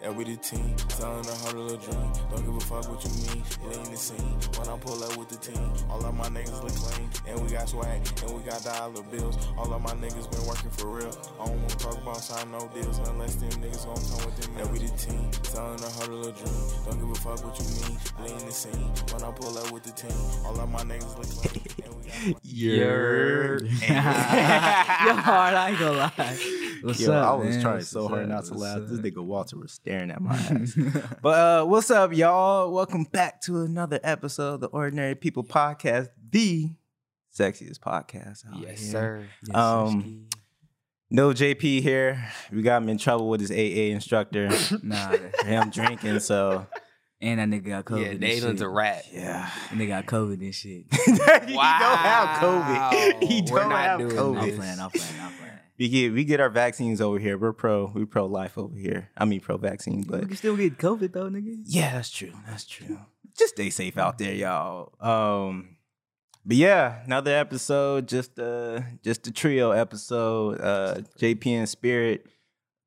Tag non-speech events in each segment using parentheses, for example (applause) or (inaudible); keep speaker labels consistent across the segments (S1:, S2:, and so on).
S1: Yeah, we the team. Sound the heart of the dream. Don't give a fuck what you mean. It ain't the scene. When I pull up with the team, all of my niggas look clean. And we got swag, and we got dollar bills. All of my niggas been working for real. I don't wanna talk about sign no deals unless them niggas gon' come with them. Yeah, we the team. Sound the heart of the dream. Don't give a fuck what you mean. It ain't the scene. When I pull up with the team, all of my niggas look clean. And we got
S2: (laughs)
S1: swag.
S2: You're. (laughs)
S3: (laughs)
S4: Yo, hard, I ain't gonna lie. What's
S2: Yo,
S4: up?
S2: I was
S4: man?
S2: trying
S4: What's
S2: so hard
S4: up?
S2: not to
S4: What's
S2: laugh. This
S4: up?
S2: nigga Walter was staring
S4: (laughs)
S2: at
S3: (laughs)
S2: my ass. but uh, what's up, y'all? Welcome back to another episode of the Ordinary People Podcast, the sexiest podcast. out
S3: Yes,
S2: here.
S3: sir.
S2: Um, No JP here. We got him in trouble with his AA instructor.
S4: Nah, that-
S2: him drinking, so
S4: and that nigga got COVID.
S3: (laughs) yeah,
S4: and
S3: Dalen's
S4: shit.
S3: a rat.
S2: yeah. (laughs)
S4: That nigga got COVID and shit. (laughs)
S2: he don't have COVID. He
S3: Wow.
S2: don't
S3: We're not
S2: have
S3: doing
S4: I'm
S2: COVID.
S3: this.
S4: playing. I'm playing. I'm (laughs) playing.
S2: We get we get our vaccines over here. We're pro. We pro life over here. I mean pro vaccine, but
S4: you can still get COVID though, nigga.
S2: Yeah, that's true. That's true. Just stay safe out there, y'all. Um, but yeah, another episode, just uh just a trio episode. Uh JP and Spirit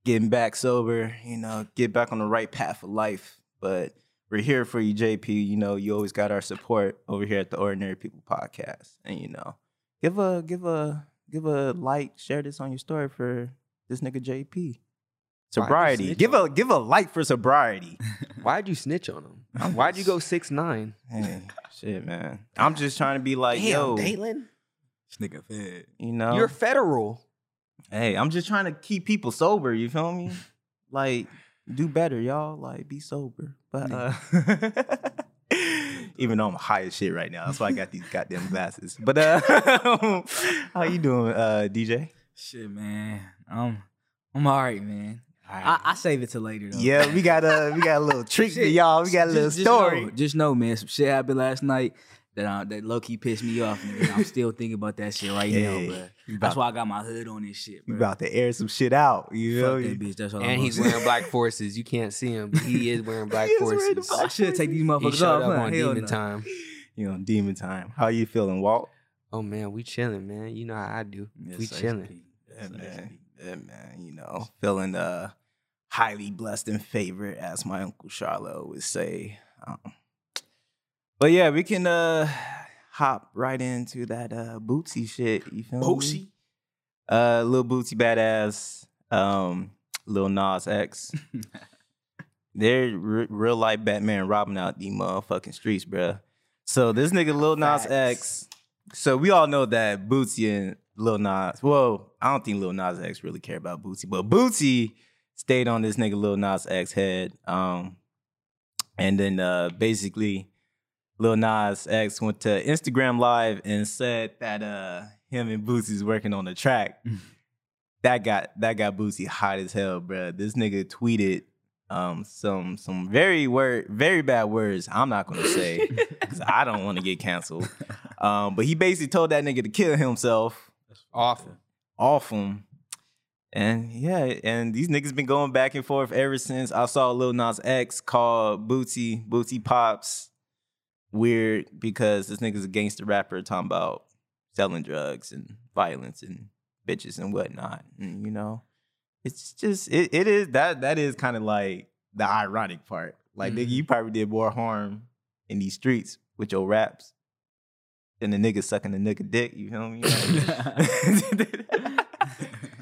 S2: getting back sober, you know, get back on the right path of life. But we're here for you, JP. You know, you always got our support over here at the Ordinary People Podcast. And you know, give a give a give a like, share this on your story for this nigga JP. Sobriety.
S3: snitch
S2: Give a give a like for sobriety.
S3: Why'd you snitch on him? Why'd you go six nine?
S2: Hey, shit, man. I'm just trying to be like, yo,
S3: Dalen,
S4: This nigga fed.
S2: you know.
S3: you're federal.
S2: hey, I'm just trying to keep people sober. You feel me? like, do better, y'all. Like, be sober. But uh, (laughs) even though I'm high as shit right now, that's why I got these goddamn glasses. But uh, (laughs) how you doing, uh, DJ?
S4: Shit, man. I'm I'm all right, man. I, I save it to later though.
S2: Yeah,
S4: (laughs)
S2: we got a we got a little trick for
S4: Shit.
S2: y'all. We got a little
S4: just, just
S2: story.
S4: know- just know, man, some shit happened last night that uh, that low key pissed me off, nigga. (laughs) I'm still thinking about that shit right
S2: Yeah.
S4: now, bro.
S2: You about,
S4: That's why I got my hood on and shit,
S2: you
S4: bro.
S2: about to air some shit out. You feel
S4: Fuck that
S2: me?
S4: bitch. That's all. I'm
S3: And he's
S4: gonna say.
S3: wearing black forces. You can't see him, but he is wearing black
S2: (laughs) He is wearing the
S3: forces.
S2: black
S4: I should take these
S3: (laughs) He
S4: motherfuckers off.
S3: showed up
S4: huh?
S3: on
S4: Hell
S3: demon
S4: no.
S3: time.
S2: You know, demon time. How you feeling, Walt?
S3: Oh man, we chilling, man. You know how I do.
S4: Yes,
S3: we
S4: sir,
S3: chilling.
S4: Pete.
S2: Yeah,
S4: Yes, sir,
S2: man.
S4: Pete.
S2: Yeah, man. You know, feeling uh highly blessed and favored, as my uncle Charlotte would say. Um, but yeah, we can uh hop right into that uh Bootsy shit. You feel me? Uh, little Bootsy badass. Um, little Nas X. They're re- real life Batman robbing out the motherfucking streets, bruh. So this nigga Lil Nas X.
S3: Facts.
S2: So we all know that Bootsy and Lil Nas. Well, I don't think Lil Nas X really care about Bootsy, but Bootsy stayed on this nigga Lil Nas X head. Um, and then uh, basically, Lil Nas X went to Instagram Live and said that uh, him and Bootsy's working on a track. that got that got Bootsy hot as hell, bruh. This nigga tweeted um some some very word very bad words I'm not gonna say because I don't want to get canceled. Um, but he basically told that nigga to kill himself
S3: Awful.
S2: off him. And yeah, and these niggas been going back and forth ever since. I saw Lil Nas X call Bootsy Bootsy Pops weird because this nigga's a gangster rapper talking about selling drugs and violence and bitches and whatnot. And you know, it's just it, it is that that is kind of like the ironic part. Like nigga,
S3: Mhm.
S2: you probably did more harm in these streets with your raps than the nigga sucking the nigga dick. You feel me? (laughs)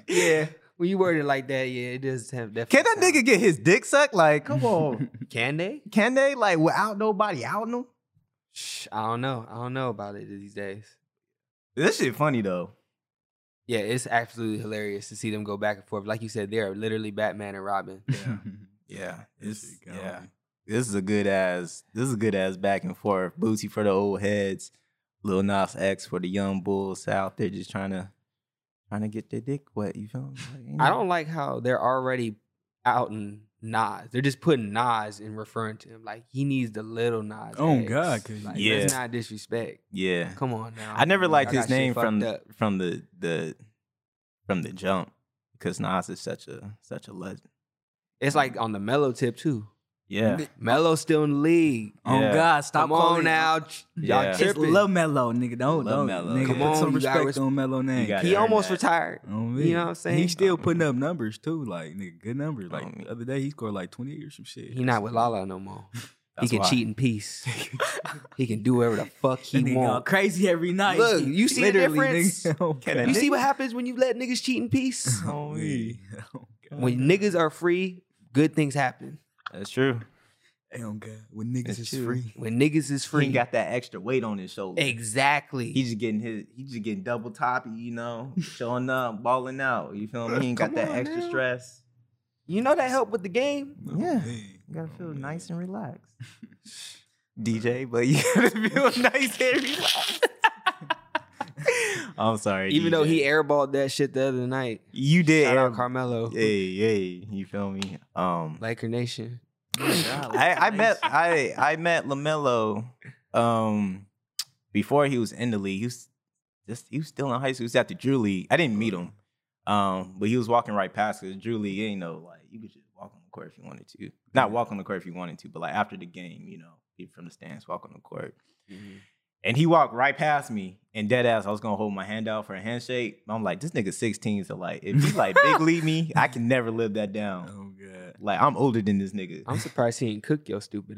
S3: Yeah. When you word it like that, yeah, it does have that.
S2: Can that nigga get his dick sucked? Like, come
S3: (laughs)
S2: on.
S3: Can they?
S2: Can they? Like, without nobody outing them?
S3: Shh, I don't know. I don't know about it these days.
S2: This shit funny though.
S3: Yeah, it's absolutely hilarious to see them go back and forth. Like you said, they are literally Batman and Robin.
S4: Yeah.
S2: Yeah.
S4: This
S2: This,
S4: shit got
S2: yeah.
S4: me.
S2: This is a good ass. This is a good ass back and forth. Bootsy for the old heads. Lil Nas X for the young bulls out there just trying to trying to get their dick wet. You feel me? Like, you
S3: I
S2: know.
S3: don't like how they're already outing Nas. They're just putting Nas and referring to him like he needs the little Nas.
S4: Oh,
S3: X.
S4: God, 'cause-
S3: like,
S2: Yeah.
S3: that's not disrespect.
S2: Yeah.
S3: Come on now.
S2: I never liked
S3: Y'all
S2: his
S3: got shit
S2: name from
S3: fucked up.
S2: from the the from the jump because Nas is such a such a legend.
S3: It's like on the mellow tip too.
S2: Yeah. Uh,
S3: Melo's still in the league.
S4: Oh
S2: Yeah.
S4: God, stop
S3: Come on
S4: calling-
S3: now, ch- y'all
S2: Yeah. It's
S4: It's
S3: tripping.
S4: Love Mello, nigga. Don't
S2: Love
S4: don't
S2: Melo.
S4: nigga.
S2: Come
S4: put
S3: on,
S4: some
S3: you gotta
S4: respect
S3: res-
S4: on Mello name.
S2: gotta
S3: he
S2: earn
S3: almost
S2: that.
S3: retired.
S4: Oh,
S3: You know what I'm saying?
S4: He's still putting
S2: man.
S4: up numbers too, like nigga, good numbers. Like
S2: Oh, man.
S4: the other day, he scored like twenty eight or some shit.
S3: He not with Lala no
S2: (laughs)
S3: more.
S2: That's
S3: he can
S2: why.
S3: cheat in
S2: (laughs)
S3: peace. he can do whatever the fuck
S4: That
S3: he
S4: nigga going
S3: wants.
S4: crazy every night.
S3: Look, you see the
S4: Literally,
S3: difference?
S4: nigga. Oh,
S2: Can a
S4: God.
S3: You see what happens when you let niggas cheat in peace?
S2: (laughs) Oh, we.
S4: Oh, God.
S3: When niggas are free, good things happen.
S2: That's true.
S4: Oh, God. When niggas
S2: That's
S4: is
S2: true.
S4: free.
S3: When niggas is
S2: He
S3: free,
S2: ain't got that extra weight on his shoulder.
S3: exactly.
S2: He's just getting his. He's just getting double toppy. You (laughs) know, showing up, balling out. You feel me? He ain't got
S3: Come
S2: that
S3: on
S2: extra
S3: now.
S2: stress.
S3: you know that helped with the game.
S4: Oh,
S2: Yeah.
S4: man.
S2: You gotta
S4: Oh,
S2: feel
S4: man.
S2: nice and (laughs) relaxed. DJ, but you gotta (laughs) feel nice and relaxed. (laughs) I'm sorry.
S3: Even though he
S2: DJ.
S3: airballed that shit the other night.
S2: you did
S3: Shout
S2: air-
S3: out Carmelo.
S2: Hey, hey, you feel me? Um,
S3: Laker Nation.
S4: (laughs)
S2: I, I met I I met Lamelo um before he was in the league. He was just he was still in high school. He was at the Drew League. I didn't meet him, um, but he was walking right past because Drew League ain't no like you could just walk on the court if you wanted to. Not walk on the court if you wanted to, but like after the game, you know, people from the stands walk on the court. Mm-hmm. And he walked right past me, and dead ass, I was gonna hold my hand out for a handshake. I'm like, this nigga 16, so like, if he like big league me, I can never live that
S4: (laughs)
S2: down.
S4: Oh, God.
S2: Like, I'm older than this nigga.
S3: I'm surprised he didn't cook your stupid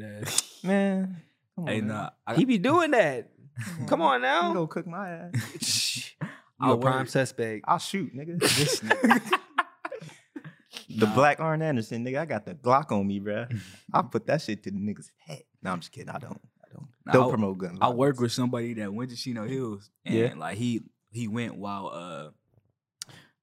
S2: (laughs)
S3: ass.
S2: Man. come
S4: Hey,
S2: on,
S4: nah. I,
S3: He be doing that.
S2: Mm-hmm.
S3: Come on
S2: I'm
S3: now.
S2: gonna cook my ass.
S3: (laughs) You
S4: I
S3: a prime
S4: work-
S3: suspect.
S2: I'll shoot, (laughs) nigga.
S4: This nigga.
S2: the
S4: Nah.
S2: black Arn Anderson, nigga. I got the Glock on me, bruh. (laughs) I'll put that shit to the nigga's head. No, I'm just kidding. I don't. I don't.
S4: Nah,
S2: don't
S4: I-
S2: promote guns.
S4: I work with somebody that went to Chino Hills, and
S2: Yeah.
S4: like he he went while uh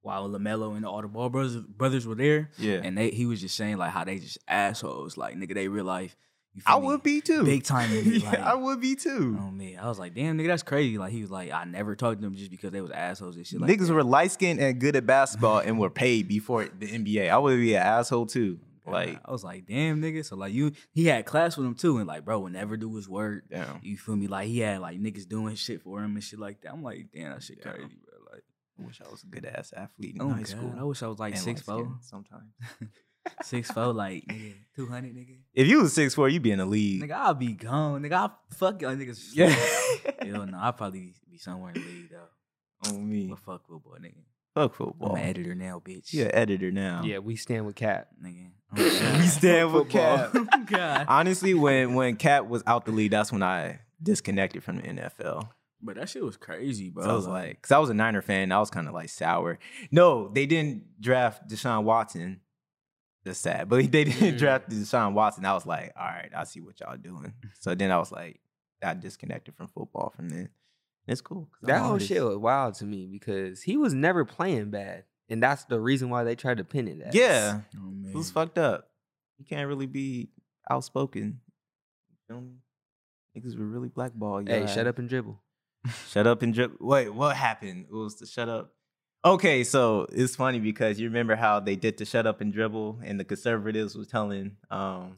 S4: while Lamelo and all the Ball brothers brothers were there,
S2: Yeah.
S4: and they he was just saying like how they just assholes, like nigga, they real life. You feel
S2: I
S4: me?
S2: would be too. (laughs)
S4: big time. nigga,
S2: Yeah,
S4: like,
S2: I would be too.
S4: Oh man, I was like, damn, nigga, that's crazy. Like he was like, I never talked to them just because they was assholes and shit. Like
S2: Niggas
S4: that.
S2: were light skinned and good at (laughs) basketball and were paid before the NBA. I would be an asshole too.
S4: And
S2: Like,
S4: I was like, damn, nigga. So like you, he had class with him too, and like, bro, would never do his work.
S2: damn.
S4: You feel me? Like he had like niggas doing shit for him and shit like that. I'm like, damn, that shit
S2: Yeah.
S4: crazy, bro. Like,
S2: I wish I was a good ass athlete in
S4: oh
S2: high
S4: God,
S2: school.
S4: I wish I was like
S2: and
S4: six four,
S2: light-skinned Sometimes.
S4: (laughs) six four, like two hundred, nigga.
S2: If you was six four, you'd be in the league.
S4: Nigga, I'll be gone. Nigga, I'll fuck y'all (laughs) niggas.
S2: (laughs) Yeah.
S4: Hell no, I'll probably be somewhere in the league though.
S2: on me.
S4: But fuck football, nigga.
S2: Fuck
S4: I'm
S2: football.
S4: an editor now, bitch.
S2: You're an editor now.
S3: Yeah, we stand with Cap.
S4: (laughs) Nigga. Oh, God.
S2: We stand with
S3: Football.
S2: Cap.
S4: Oh, (laughs) God.
S3: (laughs)
S2: Honestly, when when Cap was out the league, that's when I disconnected from the NFL.
S4: But that shit was crazy, bro.
S2: So
S3: Oh.
S2: I was like, because I was a Niner fan, I was kind of like sour. No, they didn't draft Deshaun Watson. That's sad, but (laughs) they didn't
S3: Mm.
S2: draft Deshaun Watson. I was like, all right, I see what y'all doing. So then I was like, I disconnected from football from then. It's cool. 'cause I'm
S3: That whole
S2: artist.
S3: shit was wild to me because he was never playing bad. And that's the reason why they tried to pin it at.
S2: Yeah,
S4: oh, man.
S2: it was fucked up. You can't really be outspoken. You feel me? Niggas were really blackballed.
S3: Hey,
S2: y'all.
S3: shut up and dribble.
S2: Shut up and drip. Wait, what happened? It was the shut up. Okay, so it's funny because you remember how they did the shut up and dribble, and the conservatives was telling um,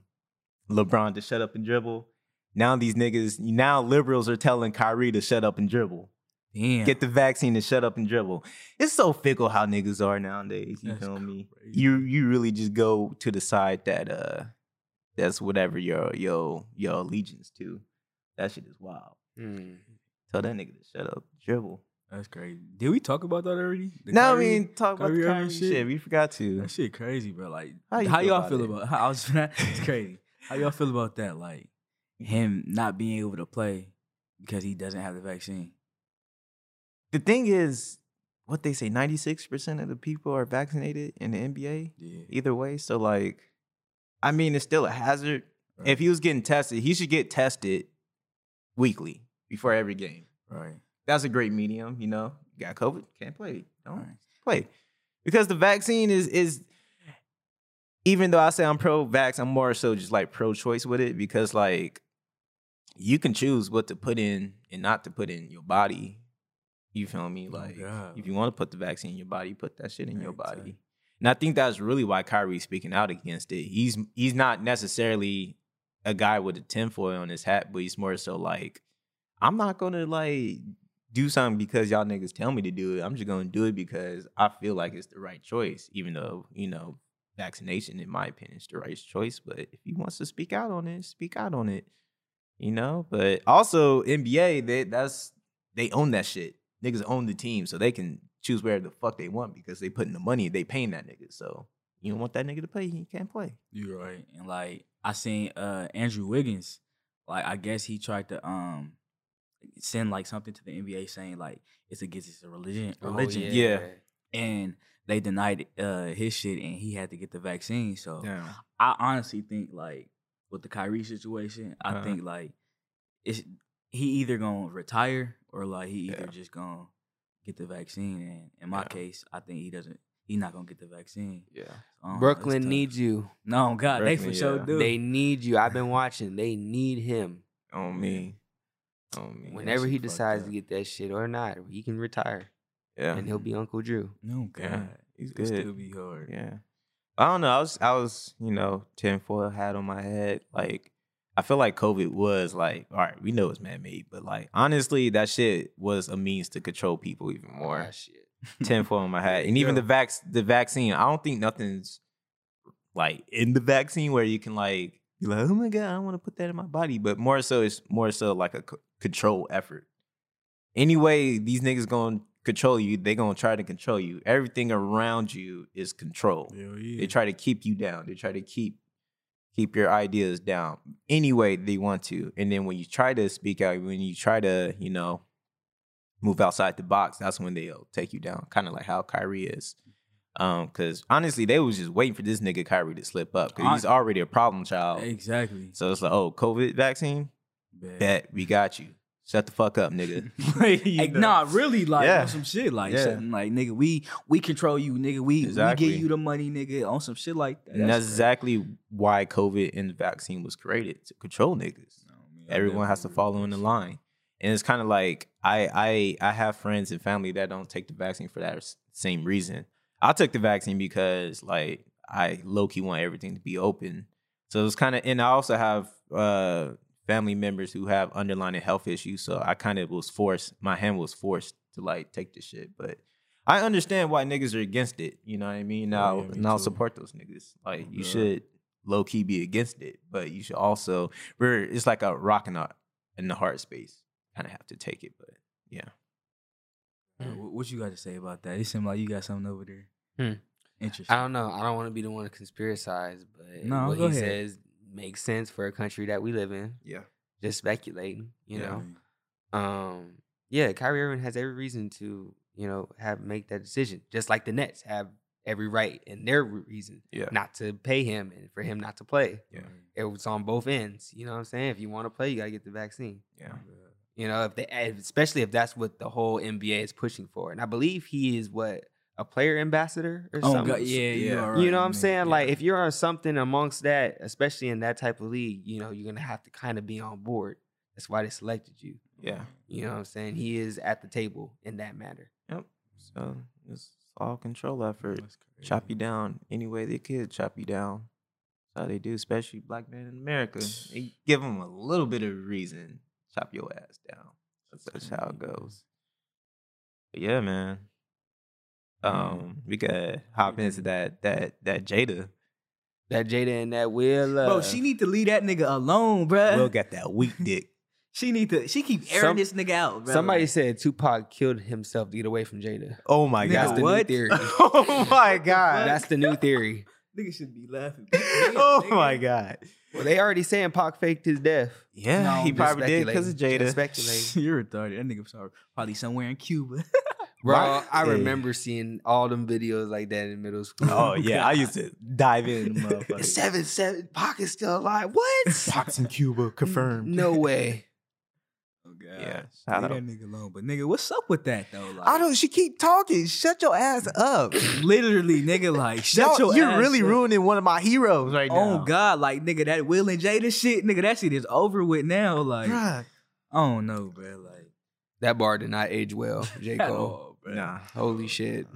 S2: LeBron to shut up and dribble. Now these niggas, now liberals are telling Kyrie to shut up and dribble.
S4: Damn.
S2: Get the vaccine and shut up and dribble. It's so fickle how niggas are nowadays. You
S4: That's
S2: feel me?
S4: crazy.
S2: You you really just go to the side that uh that's whatever your your your allegiance to. That shit is wild. Mm. Tell that nigga to shut up, dribble.
S4: That's crazy. Did we talk about that already? The
S2: No, I
S4: Kyrie-
S2: mean talk about the
S4: Kyrie Irving
S2: Kyrie shit.
S4: shit?
S2: We forgot to.
S4: that shit crazy, bro. Like,
S2: How
S4: how,
S2: you feel
S4: y'all
S2: about
S4: feel
S2: it?
S4: about? (laughs) How, I was, it's crazy. How y'all feel about that? Like him not being able to play because he doesn't have the vaccine.
S2: The thing is, what they say, ninety six percent of the people are vaccinated in the NBA.
S4: Yeah.
S2: Either way, so like, I mean, it's still a hazard.
S4: Right.
S2: If he was getting tested, he should get tested weekly before every game.
S4: Right.
S2: That's a great medium, you know. You got COVID, can't play. Don't
S4: Right.
S2: play because the vaccine is is even though I say I'm pro-vax, I'm more so just like pro-choice with it because like you can choose what to put in and not to put in your body. You feel me?
S4: Oh,
S2: Like
S4: God.
S2: if you want to put the vaccine in your body, put that shit in your
S4: Right,
S2: body.
S4: right.
S2: And I think that's really why Kyrie's speaking out against it. He's he's not necessarily a guy with a tinfoil on his hat, but he's more so like, I'm not gonna like do something because y'all niggas tell me to do it. I'm just gonna do it because I feel like it's the right choice, even though, you know, vaccination, in my opinion, is the right choice. But if he wants to speak out on it, speak out on it. You know, but also NBA, they that's they own that shit. Niggas own the team, so they can choose where the fuck they want because they putting the money, they paying that nigga. So you don't want that nigga to play, he can't play.
S4: You're right. And like I seen uh Andrew Wiggins, like I guess he tried to um send like something to the NBA saying like it's against his religion
S3: Oh,
S4: religion.
S2: yeah.
S4: And they denied uh his shit and he had to get the vaccine. So
S2: Damn.
S4: I honestly think like with the Kyrie situation, I
S2: Uh-huh.
S4: think like it's he either gonna retire or like he either
S2: Yeah.
S4: just gonna get the vaccine. And in my
S2: Yeah.
S4: case, I think he doesn't. He's not gonna get the vaccine.
S3: Yeah. Oh,
S4: Um, it's
S3: Brooklyn
S4: tough.
S3: needs you.
S4: No, God, they for
S2: Brooklyn,
S4: sure
S2: yeah.
S4: do.
S3: They need you. I've been watching. They need him.
S2: On me. On me.
S3: Whenever
S4: shit
S3: he
S4: fucked
S3: decides to
S4: up.
S3: get that shit or not, he can retire
S2: Yeah.
S3: and he'll be Uncle Drew.
S4: no, God,
S2: Yeah, he's
S4: it'll
S2: good.
S4: Still be hard.
S2: Yeah. I don't know. I was I was, you know, tinfoil hat on my head. Like I feel like COVID was like, all right, we know it's man made, but like honestly, that shit was a means to control people even more.
S3: Ah, shit.
S2: tinfoil on my hat. And
S3: Yeah.
S2: even the vax the vaccine, I don't think nothing's like in the vaccine where you can like be like, oh my god, I don't want to put that in my body. But more so, it's more so like a c- control effort. Anyway, these niggas gonna control you. They gonna try to control you. Everything around you is control.
S4: Hell yeah.
S2: They try to keep you down. They try to keep keep your ideas down any way they want to. And then when you try to speak out, when you try to, you know, move outside the box, that's when they'll take you down. Kind of like how Kyrie is. Um, cause honestly, they was just waiting for this nigga Kyrie to slip up. Cause he's
S4: I-
S2: already a problem child.
S4: exactly.
S2: So it's like, oh, COVID vaccine?
S4: Bad.
S2: Bet we got you. Shut the fuck up, nigga. (laughs)
S4: (laughs) Like, nah, really, like
S2: Yeah.
S4: on some shit, like
S2: Yeah.
S4: something like nigga, we we control you, nigga, we we
S2: Exactly.
S4: give you the money, nigga, on some shit like that.
S2: and that's
S4: crazy.
S2: exactly why COVID and the vaccine was created to control niggas.
S4: No, man, I
S2: everyone has to
S4: definitely
S2: follow in
S4: agree
S2: the
S4: with
S2: line and it's kind of like I, I i have friends and family that don't take the vaccine for that s- same reason i took the vaccine because like i low-key want everything to be open so it's kind of and i also have uh family members who have underlying health issues so i kind of was forced my hand was forced to like take the shit but i understand why niggas are against it you know what i mean
S4: Oh,
S2: now
S4: yeah, me
S2: and i'll
S4: too.
S2: support those niggas like you
S4: Yeah.
S2: should low-key be against it but you should also we're it's like a rock and a in the heart space. Kind of have to take it, but yeah.
S4: you. Wh- What you got to say about that? It seemed like you got something over there.
S3: Hmm.
S4: Interesting.
S3: I don't know. I don't want to be the one to conspiracize, but
S4: No,
S3: what
S4: go
S3: he
S4: ahead.
S3: says makes sense for a country that we live in.
S2: Yeah.
S3: Just speculating, you
S2: Yeah.
S3: know. Um, yeah, Kyrie Irving has every reason to, you know, have make that decision. Just like the Nets have every right and their re- reason
S2: Yeah.
S3: not to pay him and for him not to play.
S2: Yeah.
S3: It was on both ends. You know what I'm saying? If you want to play, you gotta get the vaccine.
S2: Yeah.
S4: uh,
S3: You know, if they if- especially if that's what the whole NBA is pushing for. And I believe he is what a player ambassador or
S4: Oh
S3: something.
S4: God, yeah, you
S2: Yeah.
S4: are
S3: You
S4: right,
S3: know what I'm
S4: man,
S3: saying? Like
S4: yeah.
S3: if you're on something amongst that, especially in that type of league, you know, you're gonna have to kind of be on board. That's why they selected you.
S2: Yeah.
S3: You know what I'm saying? He is at the table in that matter.
S2: So it's all control effort.
S4: That's crazy.
S2: Chop you down any way they could. Chop you down. That's how they do, especially black men in (sighs) America. They give them a little bit of reason. Chop your ass down. That's, that's how it goes. But yeah, man. Um, we could hop into that that that Jada.
S3: That Jada and that Will. Uh,
S4: Bro, she need to leave that nigga alone, bruh.
S2: Will got that
S4: (laughs)
S2: weak dick.
S4: she need to. She keep airing
S3: Some-
S4: this nigga out. Bruh.
S3: somebody
S4: Like,
S3: said Tupac killed himself to get away from Jada.
S2: Oh my
S4: Nigga,
S3: That's
S2: god.
S3: the
S4: what?
S3: (laughs) new theory.
S2: oh
S4: (laughs)
S2: my god.
S3: (laughs) That's the new theory.
S4: nigga should be
S2: (laughs)
S4: laughing.
S2: (laughs)
S3: (laughs)
S2: oh my god.
S3: Well, they already saying Pac faked his death.
S2: Yeah,
S4: No,
S2: he
S4: just
S2: probably did because of
S3: Speculating. Just
S2: Jada.
S4: (laughs)
S3: Speculating.
S4: You're retarded. That nigga was sorry. probably somewhere in Cuba. (laughs)
S3: Bro,
S2: Right?
S3: I
S2: Hey.
S3: remember seeing all them videos like that in middle school.
S2: Oh yeah, (laughs) I used to dive
S4: (laughs)
S2: in,
S3: (laughs)
S2: motherfucker.
S3: Seven, seven, Pac is still alive. What?
S2: Fox in Cuba confirmed.
S3: No way.
S4: Oh God.
S2: Yeah,
S4: Leave
S2: shout out.
S4: that nigga alone. But nigga, what's up with that though? Like,
S2: I don't. She keep talking. Shut your ass up.
S4: literally, nigga, like shut
S2: Y'all-
S4: your.
S2: you're
S4: ass
S2: really
S4: up.
S2: ruining one of my heroes right now.
S4: Oh God, like nigga, that Will and Jada shit, nigga, that shit is over with now. Like,
S2: Bruh.
S4: I don't know, bro. Like,
S3: That bar did not age well,
S2: (laughs)
S3: J.
S4: at
S3: Cole.
S4: all, bruh.
S2: Nah.
S3: Holy shit.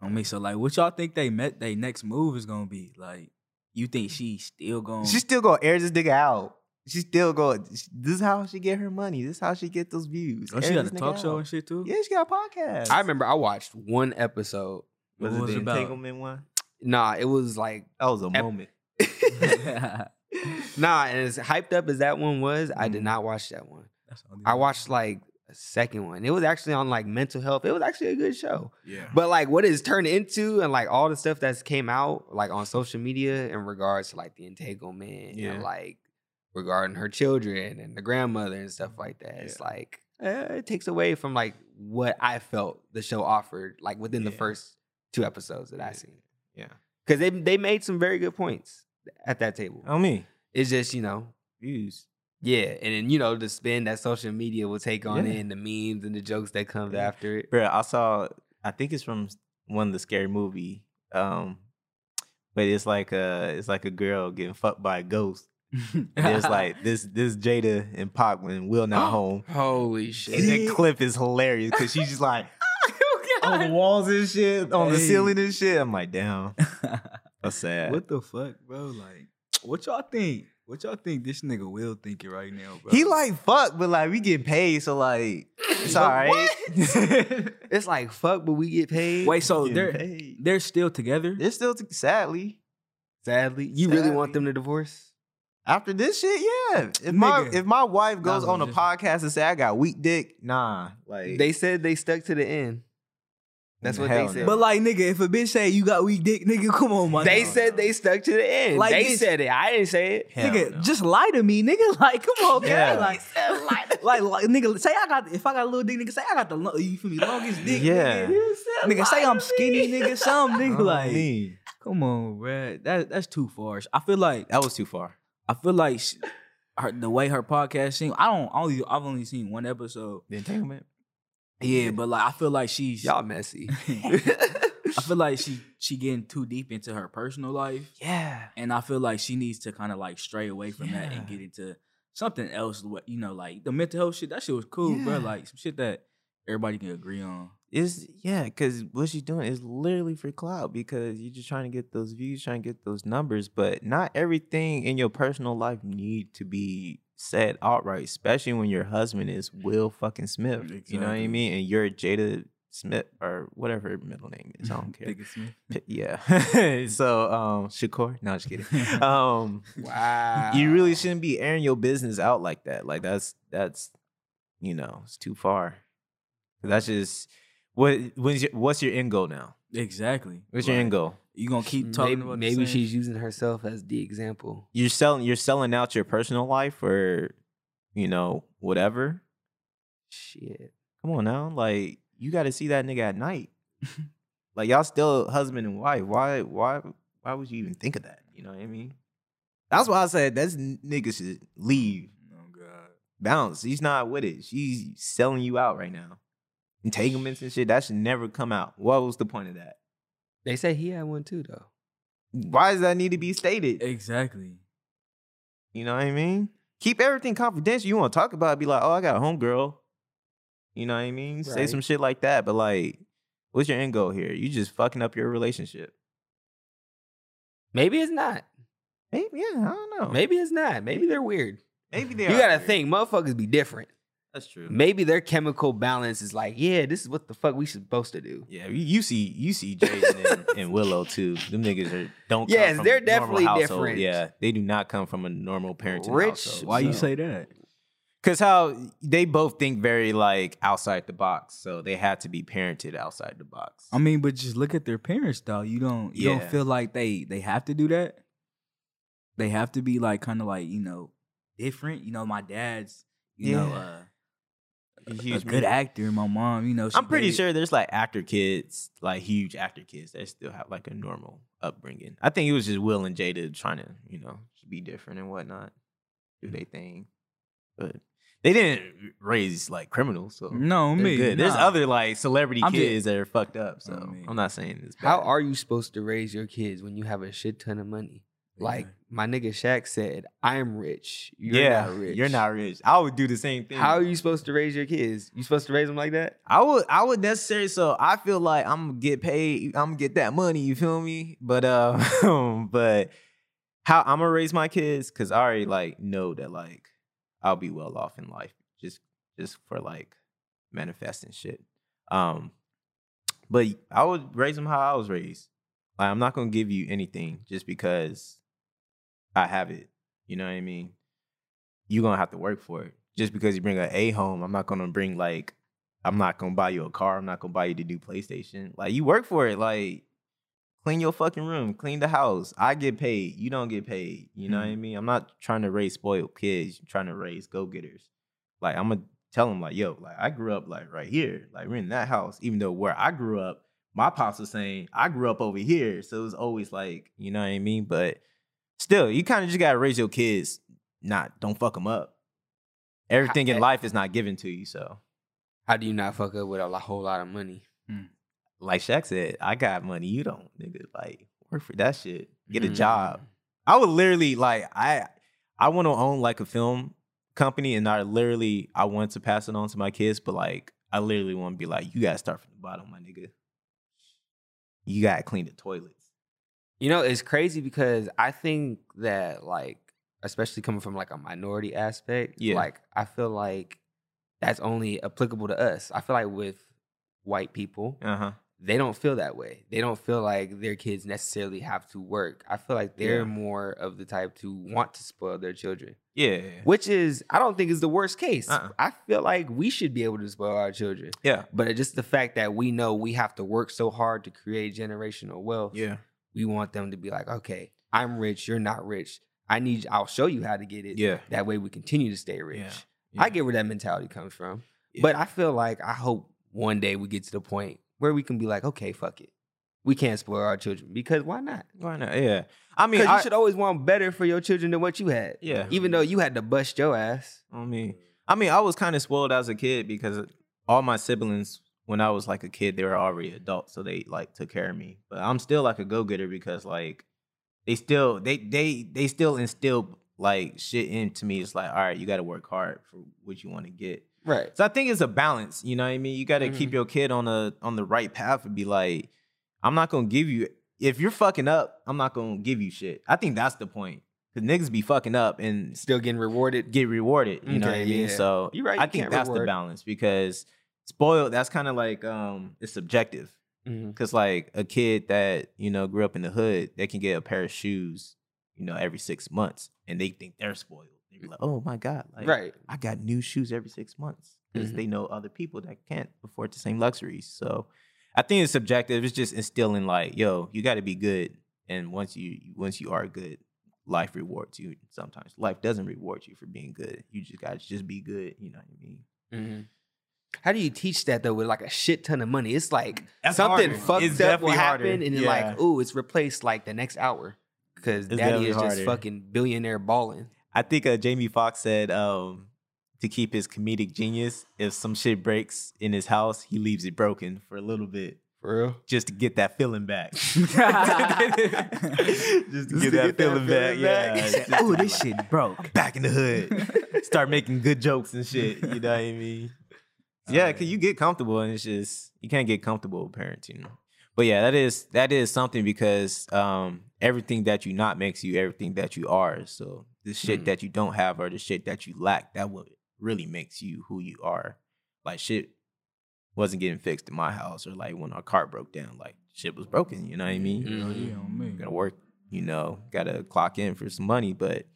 S4: On me, so like, what y'all think they met? They next move is gonna be like, you think she still going?
S2: She still gonna air this nigga out. She still going. This is how she get her money. This is how she get those views.
S4: oh, she
S2: Air
S4: got a
S2: this nigga
S4: talk show
S2: out.
S4: and (laughs) shit too.
S2: Yeah, she got a podcast.
S3: I remember I watched one episode.
S4: What was it about?
S2: one?
S3: Nah, it was like (laughs)
S2: That was a
S3: Ep-
S2: moment.
S3: nah, and as hyped up as that one was, I
S2: Mm-hmm.
S3: did not watch that one. I watched like a second one. It was actually on like mental health. It was actually a good show.
S1: Yeah.
S3: But like what it's turned into and like all the stuff that's came out like on social media in regards to like the entanglement
S2: Yeah.
S3: and like regarding her children and the grandmother and stuff like that. It's like eh, it takes away from like what I felt the show offered like within the
S2: Yeah.
S3: first two episodes that
S2: Yeah.
S3: I seen.
S2: Yeah.
S3: Cuz they they made some very good points at that table.
S2: On me.
S3: It's just, you know,
S2: Views.
S3: yeah, and then you know the spin that social media will take on
S2: Yeah.
S3: it, and the memes and the jokes that comes
S2: Yeah.
S3: after it.
S2: Bro, I saw I think it's from one of the scary movie. Um but it's like a it's like a girl getting fucked by a ghost.
S4: (laughs)
S2: And it's (laughs) like this this Jada and Pac when Will
S4: Oh,
S2: not home.
S3: Holy
S2: And that clip is hilarious because she's just
S4: (laughs)
S2: like on the walls and shit, on the
S4: Hey.
S2: ceiling and shit. I'm like, damn,
S4: (laughs)
S2: that's sad.
S4: oh, what the fuck, bro? Like, what y'all think? What y'all think this nigga will thinking right now, bro?
S2: He like fuck, but like we get paid, so like it's all right.
S4: (laughs)
S2: (laughs)
S3: It's like fuck, but we get paid.
S4: wait, so
S2: Getting
S4: they're
S2: paid.
S4: they're still together?
S2: It's still t- sadly
S3: sadly, you really want them to divorce?
S2: after this shit. Yeah, if my
S4: Nigga.
S2: if my wife goes
S4: Nah,
S2: on a
S4: just-
S2: podcast and say I got weak dick, nah, like
S3: They said they stuck to the end. That's what
S2: Hell
S3: they said.
S2: no.
S4: But like, nigga, if a bitch say you got weak dick, nigga, come on, my
S3: they
S4: nigga.
S3: said they stuck to the end.
S4: Like
S3: they
S4: this-
S3: said it. I didn't say it. (laughs)
S2: hell
S4: nigga,
S2: no.
S4: just lie to me, nigga. (laughs) Like, come on,
S2: Yeah.
S4: man. Like,
S3: (laughs)
S4: like, like, nigga, say I got if I got a little dick, nigga, say I got the lo- you feel me longest dick.
S2: Yeah.
S4: nigga. Nigga, say I'm skinny, nigga.
S2: (laughs)
S4: Some
S2: I
S4: nigga,
S2: don't
S4: like,
S2: mean.
S4: come on, bruh. That that's too far. I feel like
S2: that was too far.
S4: I feel like she, her, the way her podcast seemed. I don't. I only, I've only seen one episode.
S2: The entanglement.
S4: Yeah, but like, I feel like she's.
S3: (laughs) Y'all (laughs) messy.
S4: (laughs) I feel like she she getting too deep into her personal life,
S2: Yeah,
S4: and I feel like she needs to kind of like stray away from that and
S2: Yeah.
S4: get into something else. what- You know, like the mental health shit. That shit was cool, bro.
S2: Yeah.
S4: Like some shit that everybody can agree on.
S2: It's yeah, because what she's doing is literally for clout because you're just trying to get those views, trying to get those numbers, but not everything in your personal life need to be said outright, especially when your husband is Will fucking Smith. You know what I
S4: Exactly.
S2: mean? And you're Jada Smith or whatever her middle name is. I don't care.
S4: Think it's me.
S2: P- (laughs) yeah. so um Shakur. No,
S4: (laughs)
S2: just kidding. (laughs) Um
S3: wow.
S2: you really shouldn't be airing your business out like that. Like that's that's you know it's too far. That's just what when's your, what's your end goal now?
S4: Exactly.
S2: What's your
S4: Like,
S2: end goal?
S4: You gonna keep talking
S3: maybe,
S4: about? the
S3: maybe
S4: same-
S3: she's using herself as the example.
S2: You're selling you're selling out your personal life or you know whatever.
S3: Shit.
S2: Come on now, like you got to see that nigga at night. like y'all still husband and wife. Why why why would you even think of that? You know what I mean? That's why I said that's nigga should leave.
S4: Oh god.
S2: bounce. He's not with it. She's selling you out right now. Entanglements and shit, that should never come out. What was the point of that?
S3: They said he had one too, though.
S2: Why does that need to be stated?
S4: Exactly.
S2: You know what I mean? Keep everything confidential. You want to talk about it, be like, oh, I got a homegirl. You know what I mean? Say
S3: Right.
S2: some shit like that, but like, what's your end goal here? You just fucking up your relationship.
S3: Maybe it's not.
S2: Maybe, yeah, I don't know.
S3: Maybe it's not. Maybe they're weird.
S2: Maybe they
S3: you
S2: are
S3: gotta
S2: weird.
S3: think, motherfuckers be different.
S2: That's true.
S3: Maybe their chemical balance is like, yeah, this is what the fuck we supposed to do.
S2: Yeah, you, you see, you see Jaden and, and Willow too. Them niggas are don't.
S3: Yes,
S2: come from
S3: they're
S2: a normal
S3: definitely
S2: household.
S3: different.
S2: Yeah, they do not come from a normal parenting
S3: Rich,
S2: household.
S4: Why you
S3: So-
S4: say that?
S2: Because how they both think very like outside the box, so they have to be parented outside the box.
S4: I mean, but just look at their parents though. You don't you
S2: Yeah.
S4: don't feel like they they have to do that. They have to be like kind of like, you know, different. You know, my dad's, you know,
S2: Yeah.
S4: uh
S2: A
S4: a- a
S2: huge
S4: good
S2: man.
S4: actor. My mom, you know, she
S2: I'm pretty
S4: dated-
S2: sure there's like actor kids, like huge actor kids that still have like a normal upbringing. I think it was just Will and Jada trying to, you know, be different and whatnot, do
S3: Mm.
S2: their thing, but they didn't raise like criminals, so.
S4: No,
S2: They're
S4: me.
S2: good. There's
S4: nah.
S2: other like celebrity
S4: I'm just-
S2: kids that are fucked up. So
S4: I mean-
S2: I'm not saying this.
S3: How are you supposed to raise your kids when you have a shit ton of money? (laughs)
S4: (laughs)
S3: Like my nigga Shaq said, I'm rich. (laughs) You're
S2: yeah,
S3: not rich.
S2: you're not rich. I would do the same thing.
S3: How are you supposed to raise your kids? You supposed to raise them like that?
S2: I would I would necessarily so I feel like I'm gonna get paid, I'm gonna get that money, you feel me? But uh (laughs) but how I'm gonna raise my kids cuz I already like know that like I'll be well off in life just just for like manifesting shit. Um but I would raise them how I was raised. Like I'm not gonna give you anything just because I have it. You know what I mean? You're gonna have to work for it. Just because you bring an A home, I'm not gonna bring like I'm not gonna buy you a car. I'm not gonna buy you the new PlayStation. Like you work for it. Like clean your fucking room, clean the house. I get paid. You don't get paid. You know what I mean? I'm not trying to raise spoiled kids. I'm trying to raise go getters. Like I'm gonna tell them like, yo, like I grew up like right here. Like we're in that house, even though where I grew up, my pops was saying I grew up over here. So it was always like, you know what I mean? But still, you kind of just gotta raise your kids. Not don't fuck them up. Everything in
S3: I-
S2: life is not given to you, so.
S3: How do you not fuck up with a lo- whole lot of money?
S2: like Shaq said, I got money. You don't, nigga. Like work for that shit. Get a
S3: Mm.
S2: job. I would literally like I I want to own like a film company, and I literally I want to pass it on to my kids, but like I literally want to be like, you gotta start from the bottom, my nigga. You gotta clean the toilets.
S3: You know, it's crazy because I think that like, especially coming from like a minority aspect,
S2: Yeah.
S3: like I feel like that's only applicable to us. I feel like with white people,
S2: Uh huh.
S3: they don't feel that way. They don't feel like their kids necessarily have to work. I feel like they're
S2: Yeah.
S3: more of the type to want to spoil their children,
S2: Yeah.
S3: which is I don't think is the worst case.
S2: Uh-uh.
S3: I feel like we should be able to spoil our children.
S2: Yeah.
S3: But just the fact that we know we have to work so hard to create generational wealth,
S2: Yeah.
S3: we want them to be like, okay, I'm rich, you're not rich. I need, I'll show you how to get it.
S2: Yeah.
S3: That way we continue to stay rich.
S2: Yeah.
S3: I get where that mentality comes from.
S2: Yeah.
S3: But I feel like I hope one day we get to the point where we can be like, okay, fuck it. We can't spoil our children because why not?
S2: Why not? Yeah. I mean,
S3: Because
S2: I,
S3: you should always want better for your children than what you had.
S2: yeah.
S3: Even though you had to bust your ass.
S2: I mean, I mean, I was kind of spoiled as a kid because all my siblings, when I was like a kid, they were already adults, so they like took care of me. But I'm still like a go getter because like they still they they they still instilled like shit into me. It's like, all right, you got to work hard for what you want to get.
S3: Right.
S2: So I think it's a balance. You know what I mean? You got to keep your kid on the on the right path and be like, I'm not gonna give you. If you're fucking up, I'm not gonna give you shit. I think that's the point. Cause niggas be fucking up and
S3: Still getting rewarded.
S2: get rewarded. You know what I
S3: Okay,
S2: mean?
S3: yeah.
S2: So
S3: You're right,
S2: I
S3: you
S2: think
S3: can't
S2: that's the
S3: reward.
S2: balance because spoiled. That's kind of like um, it's subjective.
S3: Mhm.
S2: Cause like a kid that you know grew up in the hood, they can get a pair of shoes, you know, every six months, and they think they're spoiled. They be like, oh my god, like
S3: right.
S2: I got new shoes every six months because
S3: Mhm.
S2: they know other people that can't afford the same luxuries. So I think it's subjective. It's just instilling like, yo, you got to be good, and once you once you are good, life rewards you. Sometimes life doesn't reward you for being good. You just got to just be good. You know what I mean?
S3: Mhm. How do you teach that though with like a shit ton of money? It's like
S2: That's
S3: something
S2: harder.
S3: fucked
S2: It's
S3: up will
S2: definitely
S3: happen
S2: harder.
S3: and then
S2: Yeah.
S3: like, ooh, it's replaced like the next hour. Cause daddy
S2: definitely
S3: is
S2: harder.
S3: just fucking billionaire balling.
S2: I think uh, Jamie Foxx said um, to keep his comedic genius, if some shit breaks in his house, he leaves it broken for a little bit.
S3: For real?
S2: just to get that feeling back. (laughs) (laughs) just to get that feeling back. Yeah. Just
S3: (laughs)
S2: to
S4: Ooh,
S2: be
S4: this
S2: like,
S4: shit (laughs) broke.
S2: Back in the hood. Start making good jokes and shit. You know what I mean? Yeah, cause you get comfortable and it's just you can't get comfortable with parenting. But yeah, that is that is something because um everything that you not makes you everything that you are. So the shit
S3: Mhm.
S2: that you don't have or the shit that you lack, that what really makes you who you are. Like shit wasn't getting fixed in my house or like when our car broke down, like shit was broken, you know what I mean?
S3: Mhm.
S4: Hell yeah, on me.
S2: Mm-hmm. gotta work, you know, gotta clock in for some money, but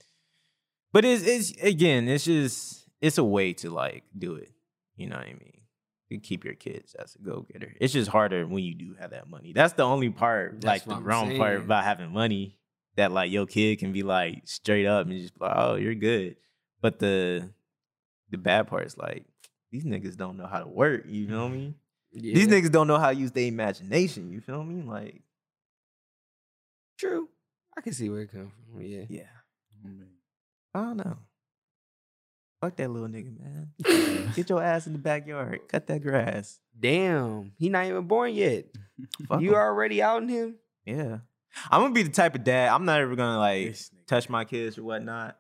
S2: but it's it's again, it's just it's a way to like do it. You know what I mean? To keep your kids as a go getter. It's just harder when you do have that money. That's the only part,
S3: That's
S2: like
S3: what
S2: the
S3: I'm
S2: wrong part
S3: saying.
S2: about having money that like your kid can be like straight up and just be like, oh, you're good. But the the bad part is like these niggas don't know how to work. You know what I mean?
S3: Yeah.
S2: These niggas don't know how to use their imagination. You feel me? Like,
S3: True. I can see where it comes
S2: (laughs)
S3: from. Yeah.
S2: yeah.
S4: On me.
S2: I don't know. Fuck that little nigga, man.
S3: (laughs)
S2: Get your ass in the backyard. Cut that grass.
S3: Damn. He not even born yet.
S2: Fuck
S3: You
S2: him.
S3: already outing him?
S2: Yeah. I'm gonna be the type of dad. I'm not ever gonna like
S4: This nigga.
S2: touch my kids or whatnot.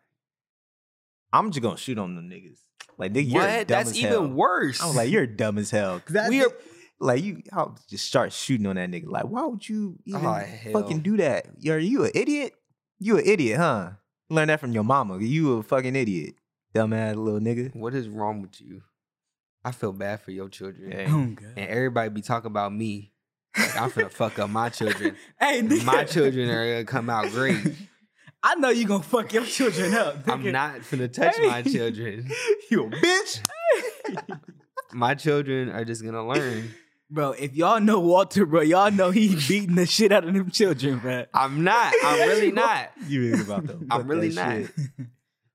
S2: I'm just gonna shoot on them niggas. Like nigga, you're dumb
S3: what? That's
S2: as
S3: even
S2: hell.
S3: worse.
S2: I'm like, you're dumb as hell. 'Cause that
S3: We
S2: nigga-
S3: are-
S2: like you, I'll just start shooting on that nigga. Like, why would you even
S3: Oh, hell.
S2: fucking do that? Are you an idiot? You an idiot, huh? Learn that from your mama. You a fucking idiot, dumbass little nigga.
S3: (laughs) what is wrong with you? I feel bad for your children.
S2: Yeah.
S4: Oh, God.
S2: (laughs)
S3: And everybody be talking about me. Like, I'm finna fuck up my children.
S4: (laughs) Hey, nigga.
S3: My children
S4: (laughs)
S3: are gonna come out great.
S2: (laughs)
S4: I know you gonna fuck your children up.
S3: I'm
S4: nigga.
S3: not finna touch
S2: (laughs)
S3: my
S4: Hey.
S3: children.
S2: you a bitch.
S3: My children are just gonna learn.
S4: bro. If y'all know Walter, bro, y'all know he
S3: (laughs)
S4: beating the shit out of them children, bro.
S2: (laughs)
S3: I'm not. I'm really not.
S2: You ain't about (laughs) to.
S3: I'm really not.
S4: (laughs)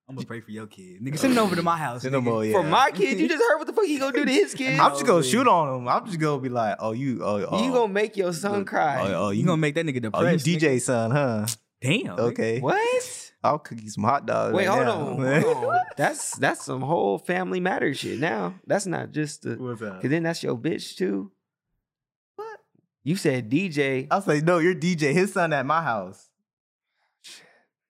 S4: I'm gonna pray for your kid, nigga. Send it over to my house.
S2: Send 'em
S4: nigga.
S2: all, yeah.
S3: For my kid, you just heard what the fuck he gonna do to his
S2: (laughs)
S3: kid.
S2: I'm just gonna shoot on him. I'm just gonna be like, oh you, oh, oh
S3: You gonna make your son
S2: oh,
S3: cry?
S2: oh,
S4: You
S2: you
S4: gonna make that nigga
S2: oh you
S4: depressed?
S2: DJ son, huh?
S4: nigga. Damn. nigga.
S2: Okay,
S3: What?
S2: I'll cook you some hot dogs.
S3: Wait,
S2: right
S3: hold
S2: now, (laughs)
S3: on.
S2: man.
S3: hold on. That's that's some whole family matter shit. Now that's not just the.
S2: (laughs) What's up?
S3: Cause then that's your bitch too. What? You said
S4: Oh,
S3: DJ.
S2: I was like, no, you're DJ. His son at my house.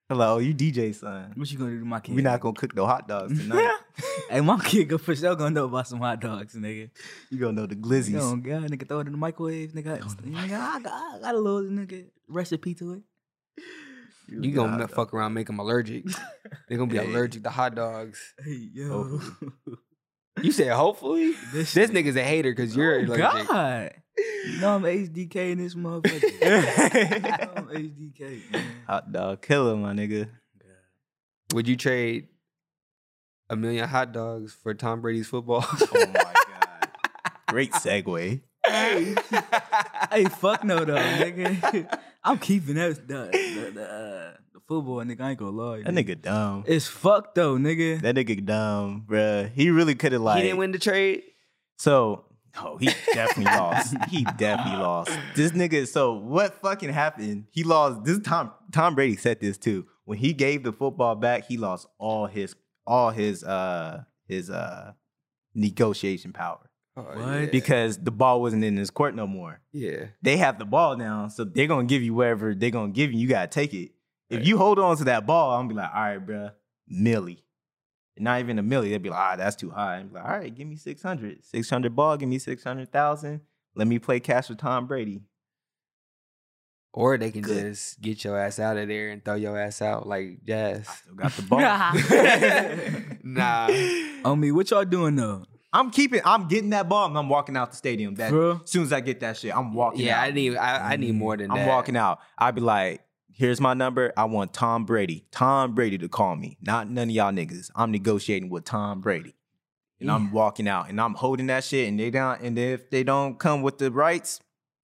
S2: Hello, you DJ son.
S4: What you gonna do to my kid?
S2: We're not gonna cook no hot dogs tonight. (laughs)
S4: hey, my (laughs) kid go for sure gonna know about some hot dogs, nigga.
S2: you gonna know the
S4: You
S2: glizzies.
S4: know, God, nigga, throw it in the microwave, nigga. Nigga, I, got, I got a little nigga recipe to it.
S3: You gonna
S2: Nah,
S3: fuck around, make them allergic.
S4: (laughs)
S3: They're gonna be
S2: Hey.
S3: allergic to hot dogs.
S4: Hey, yo,
S2: (laughs)
S3: You said hopefully.
S4: Oh. this,
S3: This nigga's a hater because you're
S4: Oh,
S3: allergic.
S4: God, you know I'm HDK in this motherfucker.
S2: (laughs)
S4: (laughs)
S2: though.
S4: I'm HDK, man.
S2: hot dog killer, my nigga.
S3: Would you trade a million hot dogs for Tom Brady's football? (laughs)
S2: Oh my god. Great segue.
S3: (laughs)
S4: Hey, (laughs) hey, fuck no though, nigga. (laughs) I'm keeping that the the, the, uh, the football, nigga. I ain't gonna lie.
S2: That nigga dumb.
S4: It's fucked though, nigga.
S2: That nigga dumb, bruh. He really could have like
S3: he didn't win the trade.
S2: So, oh, he
S3: (laughs)
S2: definitely lost. He definitely lost. This nigga. So, what fucking happened? He lost. This Tom Tom Brady said this too. When he gave the football back, he lost all his all his uh his uh negotiation power
S3: Oh,
S4: What?
S3: yeah.
S2: because the ball wasn't in his court no more.
S3: yeah,
S2: They have the ball now, so they're gonna give you wherever they're gonna give you. You gotta take it. If you hold on to that ball, I'm gonna be like, all right, bruh, millie. Not even a millie. They'd be like, ah, that's too high. I'm like, all right, give me 600. 600 ball, give me 600,000. Let me play cash with Tom Brady.
S3: or they can
S2: Good.
S3: just get your ass out of there and throw your ass out like
S2: (laughs)
S3: jazz.
S2: I still got the ball.
S3: (laughs) nah,
S4: Homie, what y'all doing though?
S2: (laughs) I'm keeping, I'm getting that ball and I'm walking out the stadium. That
S4: Bro,
S2: as soon as I get that shit, I'm walking
S3: yeah,
S2: out. Mm-hmm.
S3: I need I, I need more than
S2: I'm
S3: that.
S2: walking out. I'd be like, here's my number. I want Tom Brady. Tom Brady to call me. Not none of y'all niggas. I'm negotiating with Tom Brady. And I'm walking out and I'm holding that shit. And they don't, and if they don't come with the rights,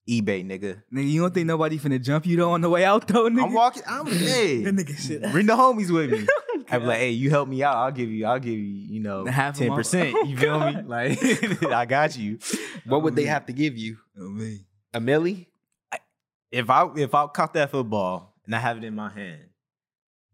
S2: eBay nigga.
S4: nigga, you don't think nobody finna jump you though on the way out though, nigga?
S2: I'm walking, I'm
S4: (laughs)
S2: hey.
S4: That nigga shit.
S2: Bring the homies with
S4: (laughs)
S2: me. I'd be like, hey, you help me out. I'll give you, I'll give you, you know,
S4: Oh, Half of Oh,
S2: ten
S4: my- (laughs)
S2: percent. You feel me? Like, (laughs) I got you.
S3: What would
S2: Mm-hmm.
S3: they have to give you?
S4: Homie.
S3: A milli?
S2: if I if I caught that football and I have it in my hand,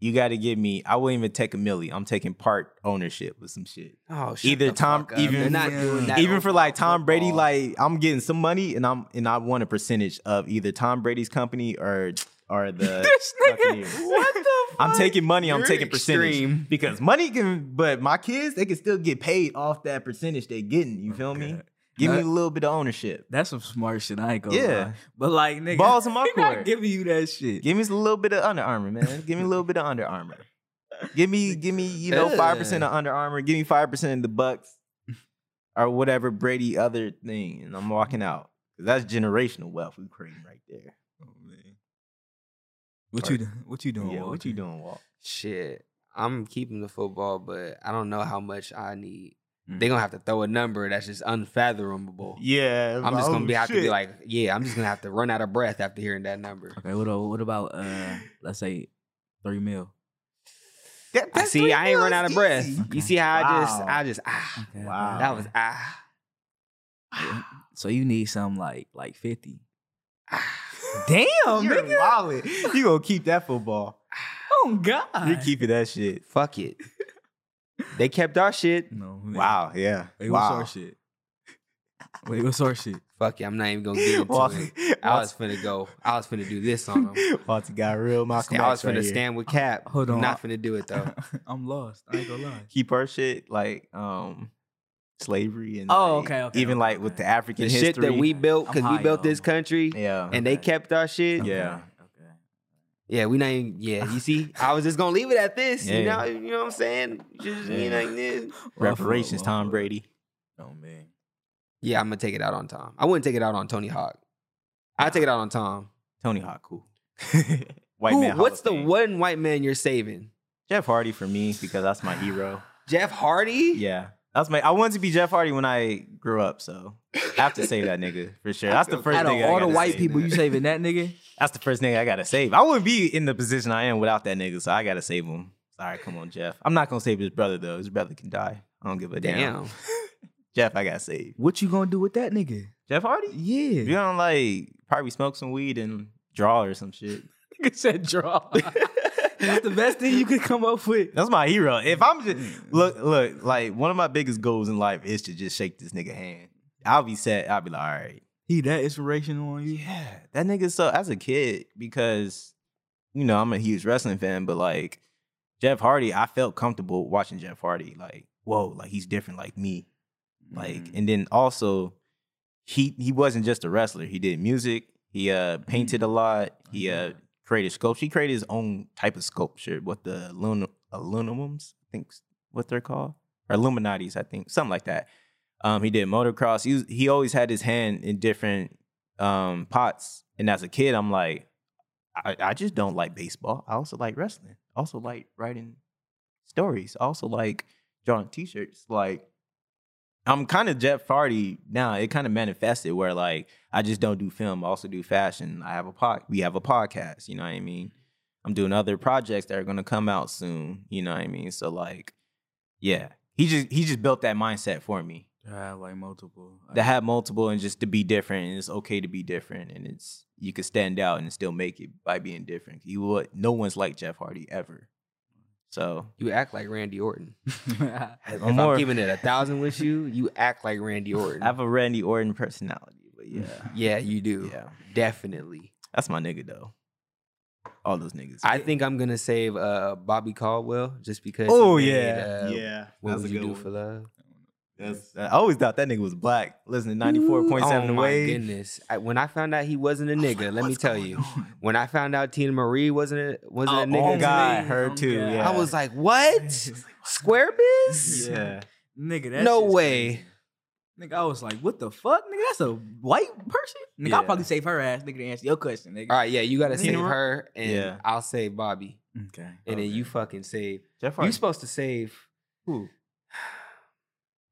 S2: you got to give me. I wouldn't even take a milli. I'm taking part ownership with some shit.
S3: Oh, shut
S2: Either
S3: the
S2: Tom-
S3: fuck up.
S2: even-
S3: They're not doing that
S2: even for like
S3: over
S2: Tom Brady,
S3: football.
S2: like I'm getting some money and I'm and I want a percentage of either Tom Brady's company or or the.
S3: (laughs)
S4: This
S2: Buccaneers.
S4: nigga, what the fuck?
S2: I'm taking money. I'm
S3: You're
S2: taking
S3: extreme.
S2: percentage because money can. But my kids, they can still get paid off that percentage they getting. You feel me?
S4: Okay.
S2: Give me
S4: That-
S2: a little bit of ownership.
S4: That's some smart shit. I ain't gonna
S2: Yeah.
S4: lie. But like, nigga,
S2: Balls in my
S4: he not
S2: court.
S4: giving you that shit.
S2: Give me a little bit of Under Armour, man. Give me a little bit of Under Armour. Give me, give me, you know,
S3: Ugh.
S2: five percent of Under Armour. Give me five percent of the Bucks or whatever Brady other thing, and I'm walking out. 'Cause That's generational wealth we creating right there.
S4: What you doing? What you doing?
S2: yeah, what
S4: Walter?
S2: you doing, Walt?
S3: Shit, I'm keeping the football, but I don't know how much I need.
S4: Mm.
S3: They're gonna have to throw a number that's just unfathomable.
S2: Yeah, oh,
S3: I'm just gonna be have to be
S2: shit.
S3: like, yeah, I'm just gonna have to run out of breath after hearing that number.
S4: Okay, what, a- what about uh, let's say three mil?
S2: That-
S3: I
S2: that's
S3: see,
S2: three
S3: I ain't run out
S2: mils
S3: of breath.
S2: easy.
S4: Okay.
S3: You see how I just,
S2: Wow.
S3: I just ah,
S4: Okay,
S2: Wow.
S3: that was ah,
S4: Yeah. So you need some like like fifty.
S3: ah.
S4: Damn,
S2: You're
S4: Oh, nigga.
S2: wildin'. You gonna keep that football?
S4: Oh God.
S2: You keeping that shit?
S3: fuck it. They kept our shit.
S4: no. man.
S2: Wow, yeah.
S4: Wait, what's
S2: wow.
S4: our shit? Wait, what's our shit?
S3: Fuck it. I'm not even
S2: (laughs)
S3: gonna get
S2: Walt-
S3: into it. I was finna go. um, I was finna do this on them.
S2: (laughs) Walter got real. Malcolm
S3: I was
S2: X right
S3: finna
S2: here.
S3: stand with Cap.
S4: Hold on,
S3: I'm not
S4: I-
S3: finna do
S4: (laughs)
S3: it though.
S4: I'm lost. I ain't gonna lie.
S2: keep our shit like um slavery and
S4: Oh,
S2: like,
S4: okay, okay,
S2: even
S4: okay,
S2: like with
S4: okay.
S2: the African
S3: the
S2: history.
S3: shit that we built
S4: I'm
S3: because we
S4: high,
S3: built
S4: yo.
S3: this country
S2: yeah.
S3: and they
S4: Okay.
S3: kept our shit.
S4: Okay,
S3: Yeah.
S2: Yeah.
S4: Okay.
S3: we not even. Yeah, you see, I was just gonna leave it at this. You
S2: Yeah.
S3: know, you know what I'm saying? Just you know,
S2: Yeah.
S3: like this.
S4: Well,
S2: reparations,
S4: well,
S2: Tom
S4: well.
S2: Brady.
S4: Oh man.
S3: Yeah, I'm gonna take it out on Tom. I wouldn't take it out on Tony Hawk. I take it out on Tom.
S2: Tony Hawk, cool. (laughs) White
S3: Who-
S2: man. Hall
S3: what's
S2: of
S3: the
S2: Fame.
S3: one white man you're saving?
S2: Jeff Hardy for me because that's my
S4: (laughs)
S2: hero.
S3: Jeff Hardy?
S2: Yeah. That's my I wanted to be Jeff Hardy when I grew up, so I have to save that nigga for sure. That's the first
S4: (laughs) Out of
S2: nigga. I
S4: all the
S2: gotta
S4: white
S2: save,
S4: people,
S2: man.
S4: you saving that nigga?
S2: That's the first nigga I gotta save. I wouldn't be in the position I am without that nigga, so I gotta save him. Sorry, come on, Jeff. I'm not gonna save his brother though. His brother can die. I don't give a damn.
S3: Damn.
S2: Jeff, I gotta save.
S4: What you gonna do with that nigga?
S2: Jeff Hardy?
S4: Yeah.
S2: You don't like probably smoke some weed and draw or some shit.
S4: (laughs) Nigga said draw. That's the best thing you could come up with.
S2: That's my hero. If I'm just look, look, like one of my biggest goals in life is to just shake this nigga hand. I'll be sad. I'll be like, all right.
S4: He that inspirational on you?
S2: Yeah, that nigga. So as a kid, because you know I'm a huge wrestling fan, but like Jeff Hardy, I felt comfortable watching Jeff Hardy. Like, whoa, like he's different, like me. Like,
S4: Mhm.
S2: and then also he he wasn't just a wrestler. He did music. He uh painted a lot. He uh
S4: Yeah.
S2: created sculpture. He created his own type of sculpture with the alun- aluminums. I think s- what they're called or Illuminati's. I think something like that. Um, he did motocross. He was, he always had his hand in different um pots. And as a kid, I'm like, I, I just don't like baseball. I also like wrestling. I also like writing stories. I also like drawing t-shirts. Like I'm kind of Jeff Hardy now. It kind of manifested where like I just don't do film. I also do fashion. I have a pod. We have a podcast. You know what I mean? I'm doing other projects that are gonna come out soon. You know what I mean? So like, yeah, he just he just built that mindset for me
S4: I have like multiple.
S2: to have multiple and just to be different and it's okay to be different and it's you could stand out and still make it by being different you would no one's like jeff hardy ever so
S3: You act like Randy Orton.
S2: I'm
S3: If
S2: more-
S3: I'm keeping it a thousand with you, you act like
S2: (laughs)
S3: Randy Orton.
S2: i have a randy orton personality but yeah
S4: (laughs)
S3: yeah, (laughs) you do.
S2: yeah
S3: Definitely.
S2: that's my nigga though all those niggas
S3: I think I'm gonna save uh, Bobby Caldwell just because. he
S2: oh
S3: made,
S2: yeah
S3: uh,
S2: yeah
S3: What would you do for love?
S2: That's- i always thought that nigga was black listen to 94.7
S3: oh
S2: the
S3: my
S2: way
S3: goodness! I, when I found out he
S2: Oh,
S3: wasn't a nigga, let me tell you. When I found out Tina Marie wasn't a, wasn't
S4: Oh,
S3: a
S2: oh
S3: nigga, to
S2: god
S4: me.
S2: her
S4: Oh,
S2: too
S4: God.
S2: yeah
S3: I was like, (laughs) what?
S2: (laughs)
S3: Squarebiz? (laughs)
S2: yeah
S4: Nigga, that
S3: No
S4: shit's
S3: way.
S4: crazy. Nigga, I was like, what the fuck? Nigga, that's a white person? Nigga, I'll
S2: Yeah.
S4: probably save her ass, nigga, to answer your question, nigga.
S3: All right, yeah, you gotta
S4: Tina
S3: save
S4: Marie?
S3: her, and
S2: Yeah.
S3: I'll save Bobby,
S4: Okay.
S3: and then you fucking save.
S2: jeff
S3: You
S2: hardy
S3: supposed to save.
S2: Who?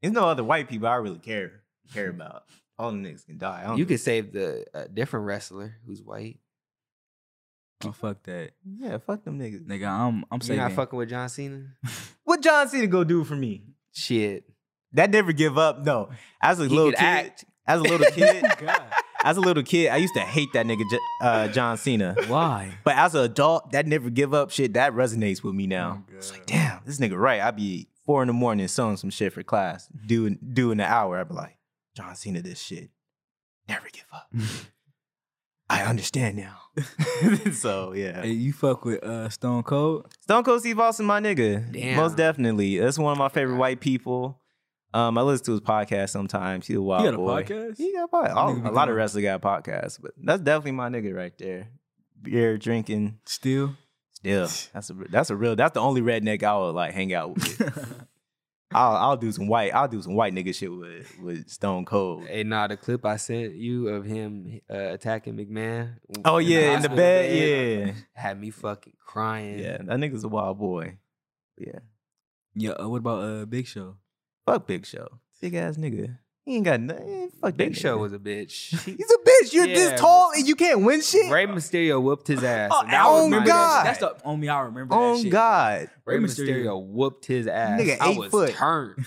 S2: There's no other white people I really care
S3: (laughs)
S2: care about. All the niggas can die. I don't
S3: You could
S2: give
S3: save the uh, different wrestler who's white.
S4: Oh, fuck that.
S2: a- yeah, fuck them niggas.
S4: Nigga, I'm I'm
S3: You're
S4: saving.
S3: not fucking with John Cena. (laughs)
S2: What John Cena go do for me?
S3: Shit,
S2: That never give up. No, as a
S3: he
S2: little
S3: could
S2: kid,
S3: act.
S2: as a little
S3: (laughs)
S2: kid,
S4: Oh, God.
S2: as a little kid, I used to hate that nigga J- uh, John Cena.
S4: (laughs) Why?
S2: But as an adult, that never give up shit that resonates with me now.
S4: Oh,
S2: it's
S4: God.
S2: like, damn, this nigga right. I'd be four in the morning sewing some shit for class, doing doing an hour. I'd be like, John Cena, this shit, never give up. I understand now. (laughs) so yeah,
S4: (laughs) Hey, you fuck with uh, Stone Cold?
S2: Stone Cold Steve Austin, my nigga,
S3: Damn.
S2: most definitely. That's one of my favorite white people. Um, I listen to his podcast sometimes. He's a wild
S4: you got a
S2: boy.
S4: podcast?
S2: He got a pod- all-
S4: Nigga be
S2: a lot
S4: going-
S2: of wrestlers got podcasts, but that's definitely my nigga right there. Beer drinking,
S4: Still? (laughs)
S2: still. That's a that's a real. That's the only redneck I would like hang out with. I'll I'll do some white. I'll do some white nigga shit with with Stone Cold.
S3: Hey, nah, the clip I sent you of him uh, attacking McMahon.
S2: Oh (laughs) yeah, in the
S3: hospital
S2: bed. Yeah,
S3: had me fucking crying.
S2: yeah. That nigga's a wild boy. Yeah.
S4: yeah, uh, what about uh, Big Show?
S2: Fuck Big Show. Big ass nigga. He ain't got nothing. Fuck that
S3: Big Show
S2: nigga. (laughs)
S3: was a bitch.
S2: He's a bitch. You're
S3: Yeah.
S2: this tall and you can't win shit.
S3: Ray Mysterio whooped his ass.
S2: Oh,
S3: and that was
S2: oh
S3: my
S2: God.
S3: best.
S4: That's the only I remember. that
S2: Oh
S4: shit.
S2: God.
S3: Ray
S4: Rey
S3: Mysterio whooped his ass.
S2: Nigga,
S3: I
S2: eight
S3: was
S2: foot.
S3: turned.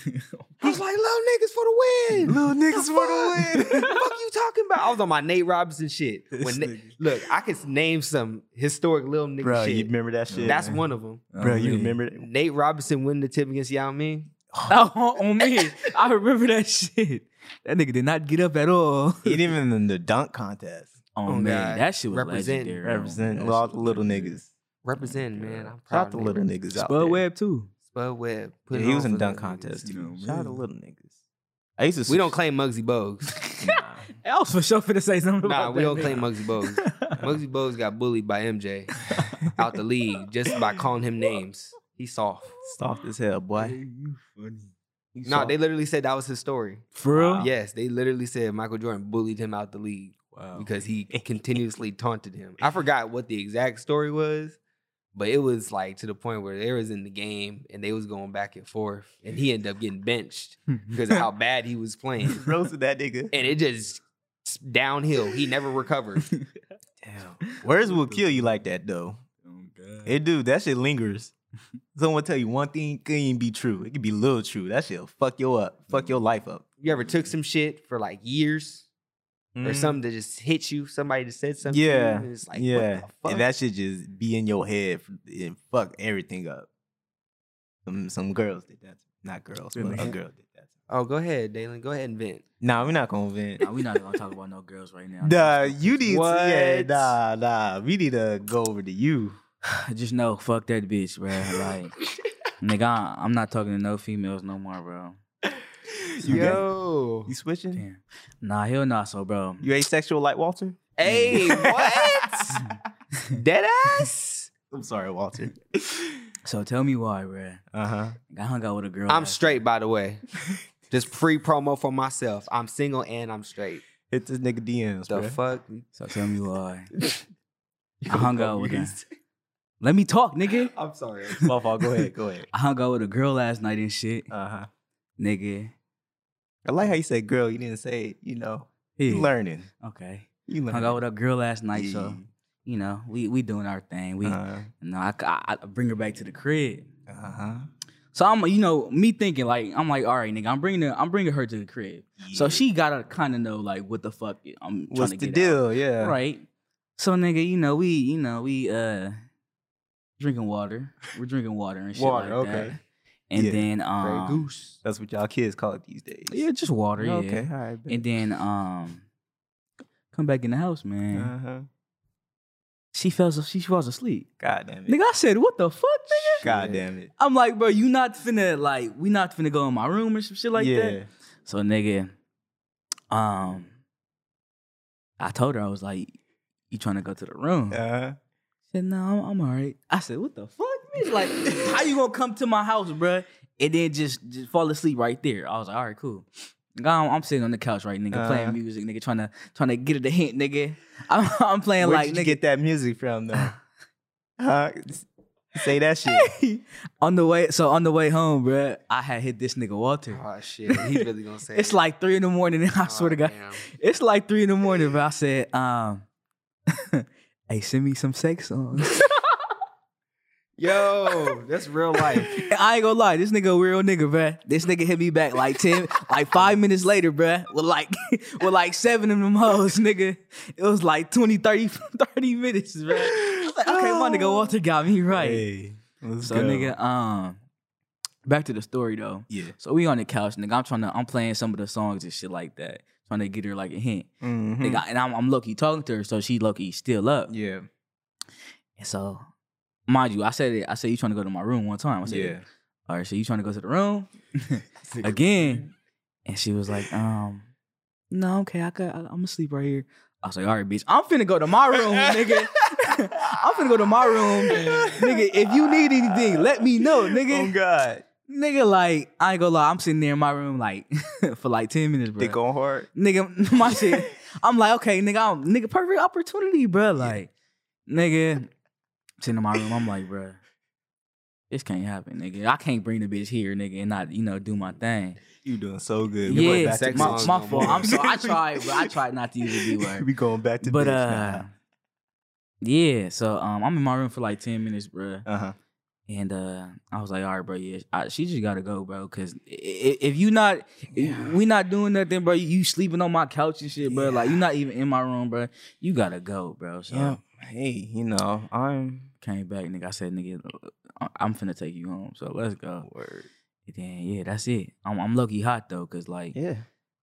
S3: I was like, little niggas for the win.
S2: (laughs) Little niggas for the
S3: What the (laughs) fuck you talking about? I was on my Nate Robinson shit.
S2: win. (laughs)
S3: When
S2: This
S3: Nate-
S2: nigga.
S3: look, I could name some historic little nigga
S2: Bro,
S3: shit.
S2: you remember that shit?
S3: That's one of them.
S4: Oh,
S2: Bro, you
S4: man.
S2: remember
S3: (laughs)
S2: that?
S3: Nate Robinson winning the tip against Yao Ming.
S4: (laughs) Oh, on me. I remember that shit. That nigga did not get up at all.
S2: He didn't (laughs) even in the dunk contest.
S4: Oh,
S3: Oh,
S4: man,
S3: God.
S4: that shit was
S3: Represent-
S4: legendary.
S2: Represent
S4: That
S2: all
S4: shit
S2: the
S4: was
S2: little
S4: legendary.
S2: niggas.
S3: Represent,
S4: God.
S3: man. I'm
S2: Oh, Shout
S3: proud
S2: out the
S3: of Nate
S2: little
S3: Robinson.
S2: niggas out
S4: Spud
S2: there.
S4: Web too.
S3: Spud Webb.
S2: Yeah,
S3: putting
S2: he
S3: on
S2: was in
S3: for
S2: the dunk
S3: little niggas.
S2: contest
S4: You
S2: too.
S4: know,
S2: Shout out to
S4: man.
S2: little niggas. I used to.
S3: We don't claim Muggsy
S2: (laughs)
S3: Bogues.
S2: Nah.
S4: (laughs) I was for sure finna say something.
S3: nah,
S4: about
S3: we
S4: that
S3: don't claim
S4: nigga.
S3: Muggsy
S4: (laughs)
S3: Bogues. Muggsy Bogues got bullied by MJ out the league just by calling him names. He's soft.
S2: Soft as hell, boy.
S4: You funny.
S3: No, they literally said that was his story.
S4: For real?
S2: Wow.
S3: Yes, they literally said Michael Jordan bullied him out the league.
S2: Wow. (laughs)
S3: because he continuously taunted him. I forgot what the exact story was, but it was like to the point where they was in the game and they was going back and forth, and he ended up getting benched
S2: (laughs)
S4: (laughs)
S3: because of how bad he was playing,
S2: roasted that nigga.
S3: and it just s- downhill. He never recovered.
S2: Damn. Words will kill you like that though.
S4: Oh, God.
S2: It do. That shit lingers. Someone tell you one thing can even be true. It could be little true. That shit'll fuck you up. Fuck your life up.
S3: You ever took some shit for like years or something that just hit you? Somebody just said something. to you,
S2: Mm-hmm. Yeah,
S3: and it's like
S2: yeah.
S3: What the fuck?
S2: And that should just be in your head f- and fuck everything up. Some some girls did that. Not girls, but a
S4: Really?
S2: girl did that.
S3: oh, go ahead, Dalen. Go ahead and vent.
S2: Nah, we're not gonna vent.
S4: Nah, we not gonna talk about no girls right now.
S2: (laughs) Nah, you need to yeah,
S3: What?
S2: nah, nah. We need to go over to you.
S4: just know, (laughs) fuck that bitch, bro. Like, nigga, I, I'm not talking to no females no more, bro.
S2: You, got-
S3: Yo.
S2: you switching?
S4: Damn. Nah, hell nah, so bro.
S2: You asexual like Walter? (laughs)
S3: Hey, what? Dead ass?
S2: I'm sorry, Walter.
S4: So tell me why, bro.
S2: (laughs) Uh-huh.
S4: I hung out with a girl.
S3: I'm
S4: last-
S3: straight, by the way. Just free promo for myself. I'm single and I'm straight.
S2: Hit this nigga DMs,
S3: The
S2: bruh.
S3: fuck?
S4: So tell me why. I hung out with her. Let me talk, nigga.
S3: (laughs) I'm sorry.
S2: My fault. Go ahead. Go (laughs) ahead.
S4: I hung out with a girl last night and shit,
S2: Uh huh.
S4: nigga.
S2: I like how you said girl. You didn't say, you know,
S4: Yeah.
S2: you learning.
S4: Okay.
S2: You learning.
S4: Hung out with a girl last night,
S2: Yeah.
S4: so you know we we doing our thing. We
S2: Uh
S4: no, I, I, I bring her back to the crib. Uh-huh.
S2: huh.
S4: So I'm, you know, me thinking like I'm like, all right, nigga, I'm bringing her, I'm bringing her to the crib. So she gotta kind of know like what the fuck I'm trying
S2: What's
S4: to
S2: the
S4: get
S2: deal? Yeah.
S4: out. right? So nigga, you know we, you know we uh drinking water. We're drinking water and shit
S2: Water,
S4: like
S2: okay.
S4: that. And
S2: Yeah.
S4: then
S3: Grey
S4: um,
S3: goose.
S2: That's what y'all kids call it these days.
S4: yeah, just water, yeah.
S2: Okay. All right.
S4: And then um, come back in the house, man.
S2: Uh huh.
S4: She fell, she falls asleep.
S2: God damn it.
S4: Nigga, I said, what the fuck, nigga?
S2: God damn it.
S4: I'm like, bro, you not finna like, we not finna go in my room or some shit like
S2: yeah.
S4: that. So nigga, um, I told her I was like, "You trying to go to the room?"
S2: Uh huh.
S4: She said, "No, I'm, I'm all right." I said, "What the fuck,
S2: (laughs)
S4: bitch? Like, how you gonna come to my house, bruh, and then just just fall asleep right there?" I was like, "All right, cool." Nigga, I'm, I'm sitting on the couch right, nigga,
S2: Uh-huh.
S4: playing music, nigga, trying to trying to get her the hint, nigga. (laughs) I'm, I'm playing
S2: Where
S4: like
S2: did
S4: nigga
S2: you get that music from
S4: (laughs)
S2: though? huh? Say that shit.
S4: on the way. So on the way home, bruh, I had hit this nigga Walter.
S3: Oh shit.
S4: (laughs)
S3: He really gonna say
S4: It's
S3: it.
S4: like three in the morning, (laughs) and I
S3: Oh,
S4: swear to God,
S3: damn.
S4: It's like three in the morning, but I said, um, (laughs) hey, send me some sex songs.
S3: Yo, that's real
S4: (laughs)
S3: life. (laughs)
S4: I ain't gonna lie, this nigga a real nigga, bruh. This nigga hit me back like 10, like five minutes later, bruh, with like (laughs) with like seven of them hoes, nigga. It was like 20, (laughs) 30, 30 minutes, bruh. I was (laughs) like, okay, my nigga Walter got me right.
S2: Oh. Hey, let's
S4: so
S2: go.
S4: nigga, um, back to the story though.
S2: Yeah.
S4: So we on the couch, nigga. I'm trying to, I'm playing some of the songs and shit like that, trying to get her like a hint.
S2: Mhm.
S4: Nigga, and I'm, I'm low-key talking to her, so she low-key still up.
S2: Yeah.
S4: And so, mind you, I said it. I said you trying to go to my room one time. I said,
S2: Yeah.
S4: all right, so you trying to go to the room (laughs) again? And she was like, um, no, okay, I could, I, I'm gonna sleep right here. I was like, all right, bitch, I'm finna go to my room, nigga. (laughs) (laughs) I'm finna go to
S2: (laughs)
S4: my room, nigga. If you need anything, let me know, nigga.
S2: Oh God.
S4: Nigga, like I ain't gonna lie, I'm sitting there in my room like (laughs) for like ten minutes, bro.
S2: They going hard.
S4: Nigga, (laughs) my shit. I'm like, okay, nigga, I'm, nigga, perfect opportunity, bruh. Like, nigga, sitting in my room, I'm like, bruh, this can't happen, nigga. I can't bring the bitch here, nigga, and not, you know, do my thing.
S2: (laughs) You doing so good. We going
S4: yeah,
S2: back to
S3: sex
S4: my,
S3: songs
S4: my
S3: no
S4: fault.
S3: more.
S2: (laughs)
S4: I'm sorry. I tried, but I tried not to use the B word.
S2: we going back to
S4: But
S2: bitch
S4: uh, yeah. So um, I'm in my room for like ten minutes, bruh.
S2: uh huh.
S4: And uh, I was like, all right, bro, yeah, I, she just gotta go, bro, because if you not, if we not doing nothing, bro. You sleeping on my couch and shit, bro. Like you not even in my room, bro. You gotta go, bro. So
S2: Yeah. Hey, you know I'm.
S4: came back, nigga. I said, nigga, I- I'm finna take you home. So let's go.
S2: Word.
S4: And then yeah, that's it. I'm, I'm lucky hot though, cause like
S2: Yeah.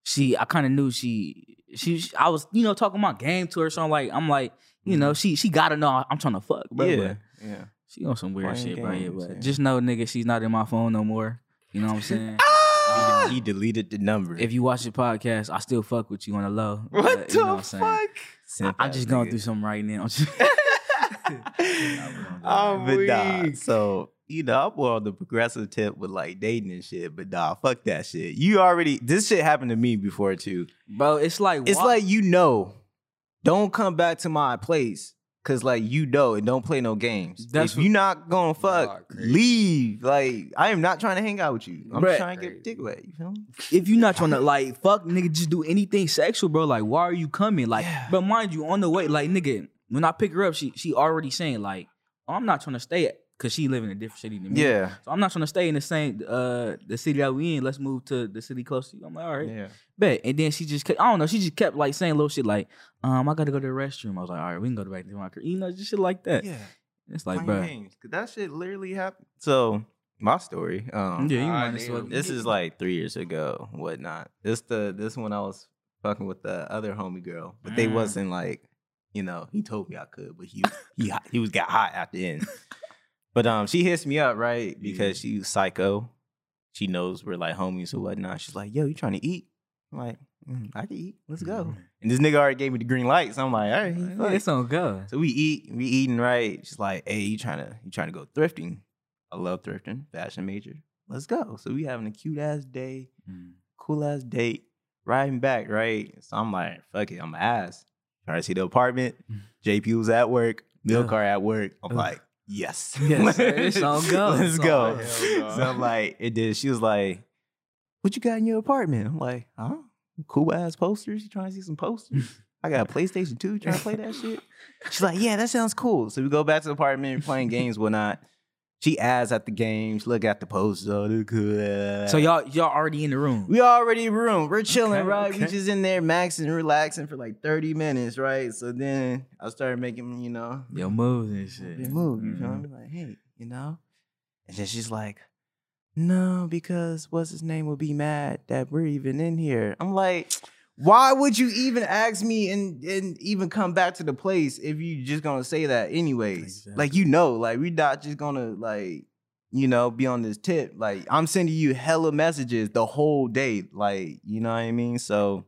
S4: she, I kind of knew she, she, she- I was you know talking my game to her, so I'm like, I'm like, you know, she, she gotta know I'm trying to fuck, bro.
S2: Mm-hmm. yeah.
S4: but
S2: Yeah.
S4: She on some weird
S2: Playing
S4: shit, bro. Yeah,
S2: games,
S4: but
S2: yeah.
S4: just know, nigga, she's not in my phone no more. You know what
S2: (laughs)
S4: I'm saying?
S3: Ah!
S2: He, he deleted the number.
S4: if you watch the podcast, I still fuck with you on the low.
S3: What
S4: but
S3: the
S4: you know
S3: fuck?
S4: what I'm (laughs) saying?
S2: Simp
S4: I, I
S2: ass
S4: just going
S2: nigga.
S4: through something right now. (laughs)
S3: I'm
S2: Oh, but nah,
S3: weak.
S2: so you know, I'm more on the progressive tip with like dating and shit. But nah, fuck that shit. You already this shit happened to me before too.
S4: bro, it's like
S2: It's
S4: why-
S2: like you know don't come back to my place because like you know and don't play no games.
S4: That's
S2: if
S4: what-
S2: you not gonna
S3: Y'all
S2: fuck,
S3: crazy.
S2: leave. Like I am not trying to hang out with you. I'm
S4: Bruh.
S2: just trying to get
S3: Crazy.
S2: dick wet. You feel me?
S4: If you not trying to like fuck nigga, just do anything sexual, bro. Like, why are you coming? Like,
S2: Yeah.
S4: but mind you, on the way, like nigga, when I pick her up, she she already saying like, oh, I'm not trying to stay at because she live in a different city than me.
S2: Yeah.
S4: So I'm not trying to stay in the same uh the city that we in. Let's move to the city close to you. I'm like, all right,
S2: Yeah.
S4: bet. And then she just kept, I don't know, she just kept like saying little shit like, um, I gotta go to the restroom. I was like, all right, we can go to back to my crib. You know, just shit like that.
S2: Yeah.
S4: It's like,
S2: Playing
S4: bro,
S2: games. 'Cause that shit literally happened. So my story. Um,
S4: yeah, you
S3: Ah,
S4: might as
S3: damn.
S4: well.
S2: This is like three years ago, whatnot. This the this one I was fucking with the other homie girl, but they
S4: Mm.
S2: wasn't like, you know, he told me I could, but
S4: (laughs)
S2: he he hot- he was got hot at the end. But um, she hits me up right because she was psycho. She knows we're like homies or whatnot. She's like, "Yo, you trying to eat?" I'm like, "Mm, "I can eat. Let's go." And this nigga already gave me the green light, so I'm like, "All right, he
S4: Yeah,
S2: fuck."
S4: It's on go.
S2: So we eat, we eating right. She's like, "Hey, you trying to you trying to go thrifting? I love thrifting, fashion major. Let's go." So we having a cute ass day,
S4: Mm.
S2: cool ass date, riding back, right? So I'm like, "Fuck it, I'm ass." Try to see the
S4: (laughs)
S2: apartment. JP was at work,
S4: Ugh.
S2: Milk car at work. I'm
S4: Ugh.
S2: like, "Yes,
S4: (laughs)
S2: (laughs)
S4: Yes, it's all go.
S2: Let's
S4: It's
S2: (laughs)
S4: all
S2: go."
S4: go.
S2: So I'm like, it did. She was like, "What you got in your apartment?" I'm like, "Huh? Cool ass posters. You trying to see some
S4: (laughs)
S2: posters? I got a PlayStation Two. You trying to play that shit?" She's like, "Yeah, that sounds cool." So we go back to the apartment, playing games, whatnot. She adds at the games, look at the posters. all that good.
S4: So y'all y'all already in the room.
S2: We already in room. We're chilling,
S4: Okay,
S2: right? We
S4: okay.
S2: just in there maxing, relaxing for like 30 minutes, right? So then I started making, you know,
S4: Your moves and shit.
S2: big move. You feel
S4: Mhm.
S2: me? Like, hey, you know? And then she's like, no, because what's his name will be mad that we're even in here. I'm like, why would you even ask me and, and even come back to the place if you just gonna say that anyways? Like you know, like we not just gonna like, you know, be on this tip. Like I'm sending you hella messages the whole day. Like, you know what I mean? So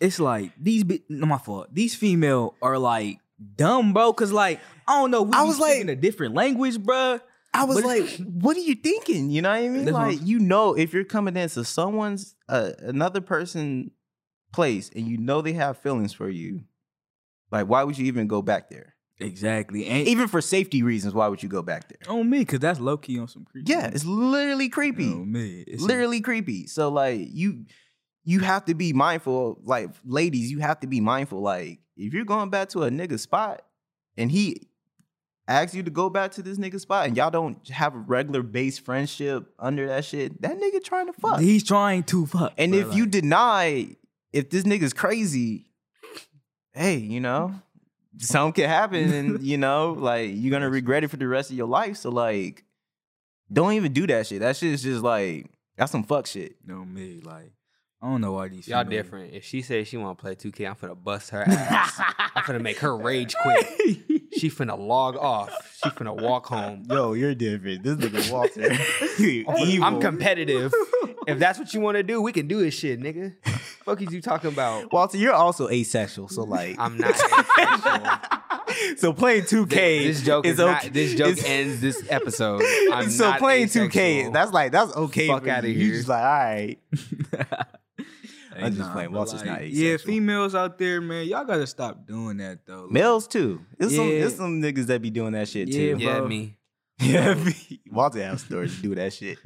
S4: It's like these. Bi- no, my fault. These female are like dumb, bro. Cause like I don't know. We
S2: I
S4: be
S2: was like-
S4: speaking a different language, bro.
S2: I was
S4: But
S2: like,
S4: it's-
S2: what are you thinking? You know what I mean?
S4: That's what I'm-
S2: Like, you know, if you're coming into someone's uh, another person place and you know they have feelings for you, like why would you even go back there?
S4: (laughs) Exactly. And
S2: Even for safety reasons, why would you go back there?
S4: on me, cause that's low key on some creepy.
S2: Yeah, it's literally creepy.
S4: On me. It's
S2: literally creepy. So like you you have to be mindful, like ladies, you have to be mindful. Like if you're going back to a nigga spot and he asks you to go back to this nigga spot and y'all don't have a regular base friendship under that shit, that nigga trying to fuck.
S4: He's trying to fuck.
S2: and
S4: bro,
S2: if you
S4: like-
S2: deny, if this nigga's crazy, hey, you know, something could happen and you know, like you're gonna regret it for the rest of your life. So like don't even do that shit. That shit is just like that's some fuck shit.
S4: on me, like I don't know why these
S3: Y'all
S4: female- (laughs)
S3: different. If she says she want to play 2K, I'm finna bust her ass. I'm finna make her rage quit. She finna log off. She finna
S4: (laughs)
S3: walk home.
S2: Yo, you're different. This nigga Walter. (laughs)
S3: I'm-
S2: Evil.
S3: I'm competitive. If that's what you want to do, we can do this shit, nigga. Fuck is you talking about?
S2: Walter, you're also asexual. So (laughs) like
S3: I'm not. asexual.
S2: so playing 2K
S3: this joke
S2: is
S3: is not.
S2: okay.
S3: This joke
S2: is-
S3: ends this episode.
S2: (laughs)
S3: I'm
S2: so
S3: not
S2: playing 2K,
S3: asexual.
S2: that's like that's okay.
S3: Fuck
S2: for
S3: outta
S2: you. You
S3: here.
S2: just like, all right. (laughs)
S4: Hey,
S2: I'm just
S4: nah,
S2: playing.
S4: but
S2: Walter's not
S4: Yeah,
S2: asexual.
S4: females out there, man, y'all gotta stop doing that though. Like,
S2: Males too. It's some
S4: Yeah.
S2: it's some niggas that be doing that shit
S4: Yeah,
S2: too.
S3: yeah,
S4: bro.
S3: me.
S2: (laughs) Yeah, me- Walter have stories to do that shit.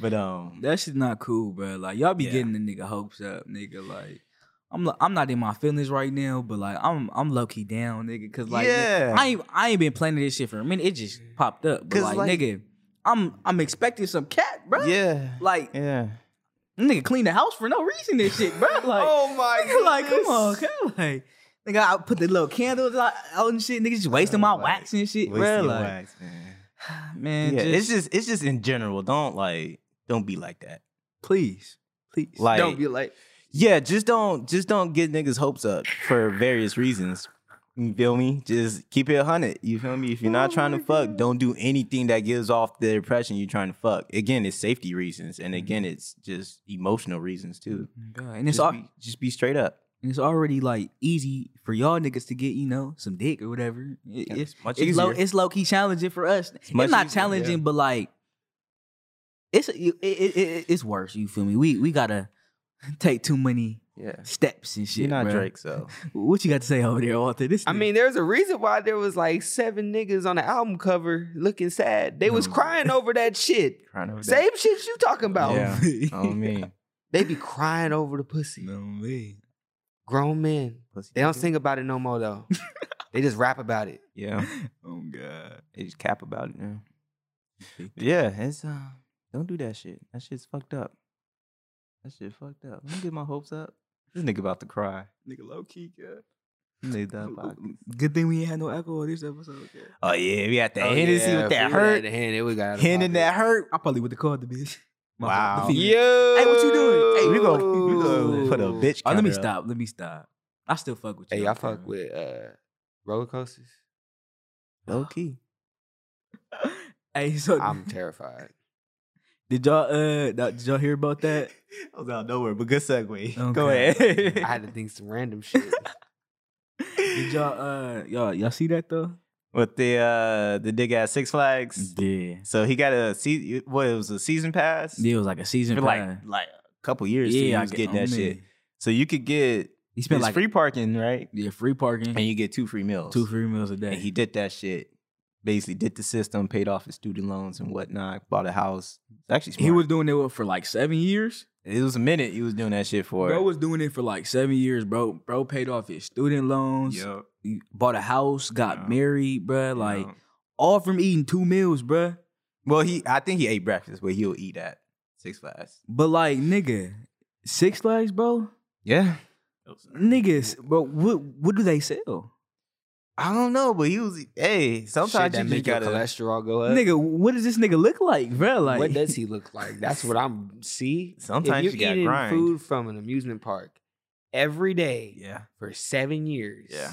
S2: But um
S4: That shit's not cool, bro. Like y'all be
S2: Yeah.
S4: getting the nigga hopes up, nigga. Like I'm, li- I'm not in my feelings right now, but like I'm, I'm low key down, nigga. Cause like,
S2: Yeah.
S4: I, ain't, I ain't been planning this shit for a minute. It just popped up, but
S2: 'Cause,
S4: like,
S2: like-
S4: nigga, I'm, I'm expecting some cat, bro.
S2: Yeah.
S4: Like
S2: Yeah.
S4: nigga, clean the house for no reason. This shit,
S2: (laughs)
S4: bro. Like,
S2: Oh,
S3: Oh my
S4: nigga, like come on, come on. like. Nigga, I put the little candles out out and shit. Nigga, just wasting my
S2: like,
S4: wax and shit,
S2: Wasting
S4: bro.
S2: your
S4: Like, ah,
S2: wax, man. Yeah,
S4: man,
S2: it's
S4: just,
S2: just it's just in general. Don't like don't be like that.
S4: please, please,
S2: Like
S3: Don't be like.
S2: Yeah, just don't just don't get niggas hopes up for various reasons. You feel me? Just keep it a hundred. You feel me? If you're not
S4: Oh
S2: trying to fuck, don't do anything that gives off the impression you're trying to fuck. Again, it's safety reasons, and again, it's just emotional reasons too.
S4: God. and it's
S2: just,
S4: all.
S2: be, just be straight up.
S4: And it's already like easy for y'all niggas to get, you know, some dick or whatever. It-
S2: Yeah,
S4: it's
S2: much
S4: it's low
S2: easier.
S4: it's low key challenging for us. It's,
S2: much
S4: not
S2: easier, yeah.
S4: challenging, but like it's it, it, it, it- it's worse, you feel me? We we gotta (laughs) take too many
S2: Yeah.
S4: steps and shit.
S2: You're not
S4: bruh.
S2: Drake, so
S4: What you got to say over there, Walter? This
S3: I
S4: nigga- (laughs)
S3: mean, there's a reason why there was like seven niggas on the album cover looking sad. They was
S2: Mhm.
S3: crying over that shit.
S2: crying over that. (laughs)
S3: Same shit you talking about.
S2: Yeah. Oh
S4: (laughs)
S2: me.
S3: They be crying over the pussy.
S4: no me.
S3: Grown men.
S2: Pussy
S3: They don't
S2: nigga.
S3: sing about it no
S4: (laughs)
S3: more though. they just rap about it.
S2: Yeah.
S4: Oh god.
S2: They just cap about it now. Yeah, it's uh don't do that shit. That shit's fucked up. That shit fucked up. Let me get my hopes up. This nigga about to cry.
S4: Nigga, low key, yeah.
S2: Nigga (laughs) done about-
S4: Good thing we ain't had no alcohol this episode. yeah.
S2: Oh yeah, we had the
S3: Oh,
S2: Hennessy
S3: yeah,
S2: with
S3: if
S2: that
S3: we would've
S2: hurt.
S3: had the Hen, it would've got out of
S2: Hen and that
S3: pocket.
S2: hurt.
S4: I probably would have called the bitch. My
S2: (laughs) Wow.
S4: fault, the female.
S3: Yo.
S4: Hey, what you doing?
S2: Hey, we gonna, we gonna put a bitch.
S4: Oh, let
S2: counter
S4: me
S2: up.
S4: stop. Let me stop. I still fuck with you.
S3: Hey, I
S4: y'all (gasps)
S3: fuck with uh, roller coasters.
S2: Low key.
S4: Hey, so
S3: I'm terrified.
S4: did y'all uh did y'all hear about that?
S2: I was out of nowhere, but good segue. (laughs) Go
S4: Okay.
S2: ahead.
S3: I had to think some random shit.
S4: Did y'all uh y'all y'all see that though?
S2: (laughs) with the uh the dig at Six Flags.
S4: Yeah.
S2: So he got a se- what it was a season pass
S4: Yeah, it was like a season
S2: for like
S4: pass.
S2: like a couple years. Yeah,
S4: yeah,
S2: he
S4: I
S2: was
S4: get-
S2: getting
S4: oh,
S2: that
S4: man.
S2: shit. So you could get
S4: He spent
S2: it's
S4: like
S2: free parking, right?
S4: yeah free parking,
S2: And you get two free meals.
S4: two free meals a day.
S2: And he did that shit. Basically, did the system, paid off his student loans and whatnot, bought a house. It's Actually, smart.
S4: he was doing it for like seven years.
S2: It was a minute he was doing that shit for.
S4: Bro was doing it for like seven years, bro. Bro paid off his student loans,
S2: Yup,
S4: he bought a house, got
S2: Yeah.
S4: married, bro. Like
S2: yup.
S4: all from eating two meals, bro.
S2: well, he I think he ate breakfast, but he'll eat at Six Flags.
S4: But like nigga, Six Flags, bro.
S2: Yeah,
S4: Niggas, bro. What what do they sell?
S2: I don't know, but he was. Hey, (laughs)
S3: Shit
S2: sometimes
S3: that
S2: you just
S3: make your
S2: gotta. (laughs)
S3: cholesterol go up.
S4: nigga, what does this nigga look like, bro? Like
S3: what does he look like? That's what I'm see.
S2: Sometimes
S3: if
S2: you
S3: you're
S2: gotta
S3: eating
S2: grind.
S3: food from an amusement park every day
S2: Yeah,
S3: for seven years.
S2: yeah,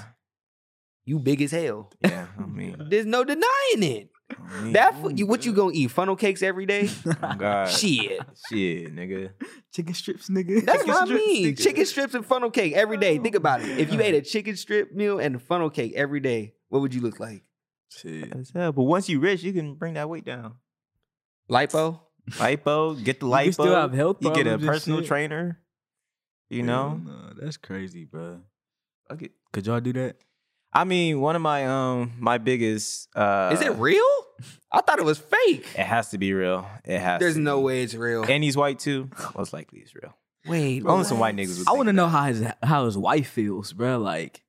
S3: you big as hell.
S2: yeah. (laughs) I mean,
S3: There's no denying it.
S2: I mean,
S3: That fu- you, what you gonna eat? Funnel cakes every day?
S2: oh, (laughs) God,
S3: Shit.
S2: shit, nigga.
S4: (laughs) chicken strips, nigga?
S3: That's what I
S2: strips,
S3: mean.
S2: nigga.
S3: Chicken strips and funnel cake every day. Think about it. If you
S4: Yeah.
S3: ate a chicken strip meal and a funnel cake every day, what would you look like?
S4: Shit.
S2: That's hell. But once you rich, you can bring that weight down.
S3: Lipo?
S2: Lipo,
S3: (laughs)
S2: get the
S4: You can
S2: lipo.
S4: still have health
S2: you get a
S4: problems and
S2: personal
S4: shit.
S2: trainer. You
S4: Hell
S2: know,
S4: no, that's crazy, bro.
S2: Fuck it.
S4: Could y'all do that?
S2: I mean, one of my um my biggest uh
S3: Is it real? I thought it was fake.
S2: It has to be real. It has.
S3: There's
S2: to
S3: no
S2: be.
S3: way it's real.
S2: And he's white too. Most likely, it's real.
S3: Wait,
S2: Only some white niggas. Would
S4: I want to know how his how his wife feels, bro. Like,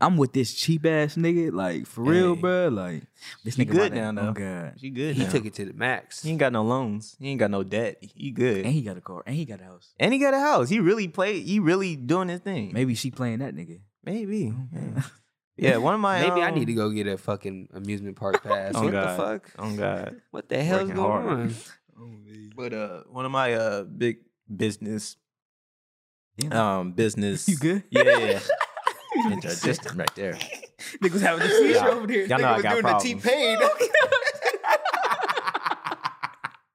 S4: I'm with this cheap ass nigga, like for real,
S2: Hey.
S4: bro. Like, this
S2: He
S4: nigga
S2: good
S4: about to-
S2: now,
S4: Oh
S2: though.
S4: god,
S2: She good.
S3: He
S2: now.
S3: took it to the max.
S2: He ain't got no loans. He ain't got no debt. He good.
S4: and he got a car, and he got a house.
S2: And he got a house. He really played. He really doing his thing.
S4: Maybe she playing that nigga.
S3: (laughs)
S2: Maybe. Yeah. Yeah, one of my.
S3: Maybe I
S2: um,
S3: need to go get a fucking
S2: (laughs)
S3: amusement park pass.
S2: Oh,
S3: what
S2: God.
S3: the fuck?
S2: Oh God.
S3: What the hell's
S2: Working
S3: going
S2: hard.
S3: on?
S2: But uh, one of my uh big business
S4: Damn.
S2: um business.
S4: (laughs)
S2: (laughs)
S4: you good?
S2: Yeah,
S4: (laughs)
S2: yeah. yeah. Intergestion right there.
S4: Niggas having a
S2: seizure (laughs)
S4: seizure
S2: Y'all-
S4: over there.
S2: Y'all know I got problems. (laughs)
S3: T-Pain.
S4: (laughs)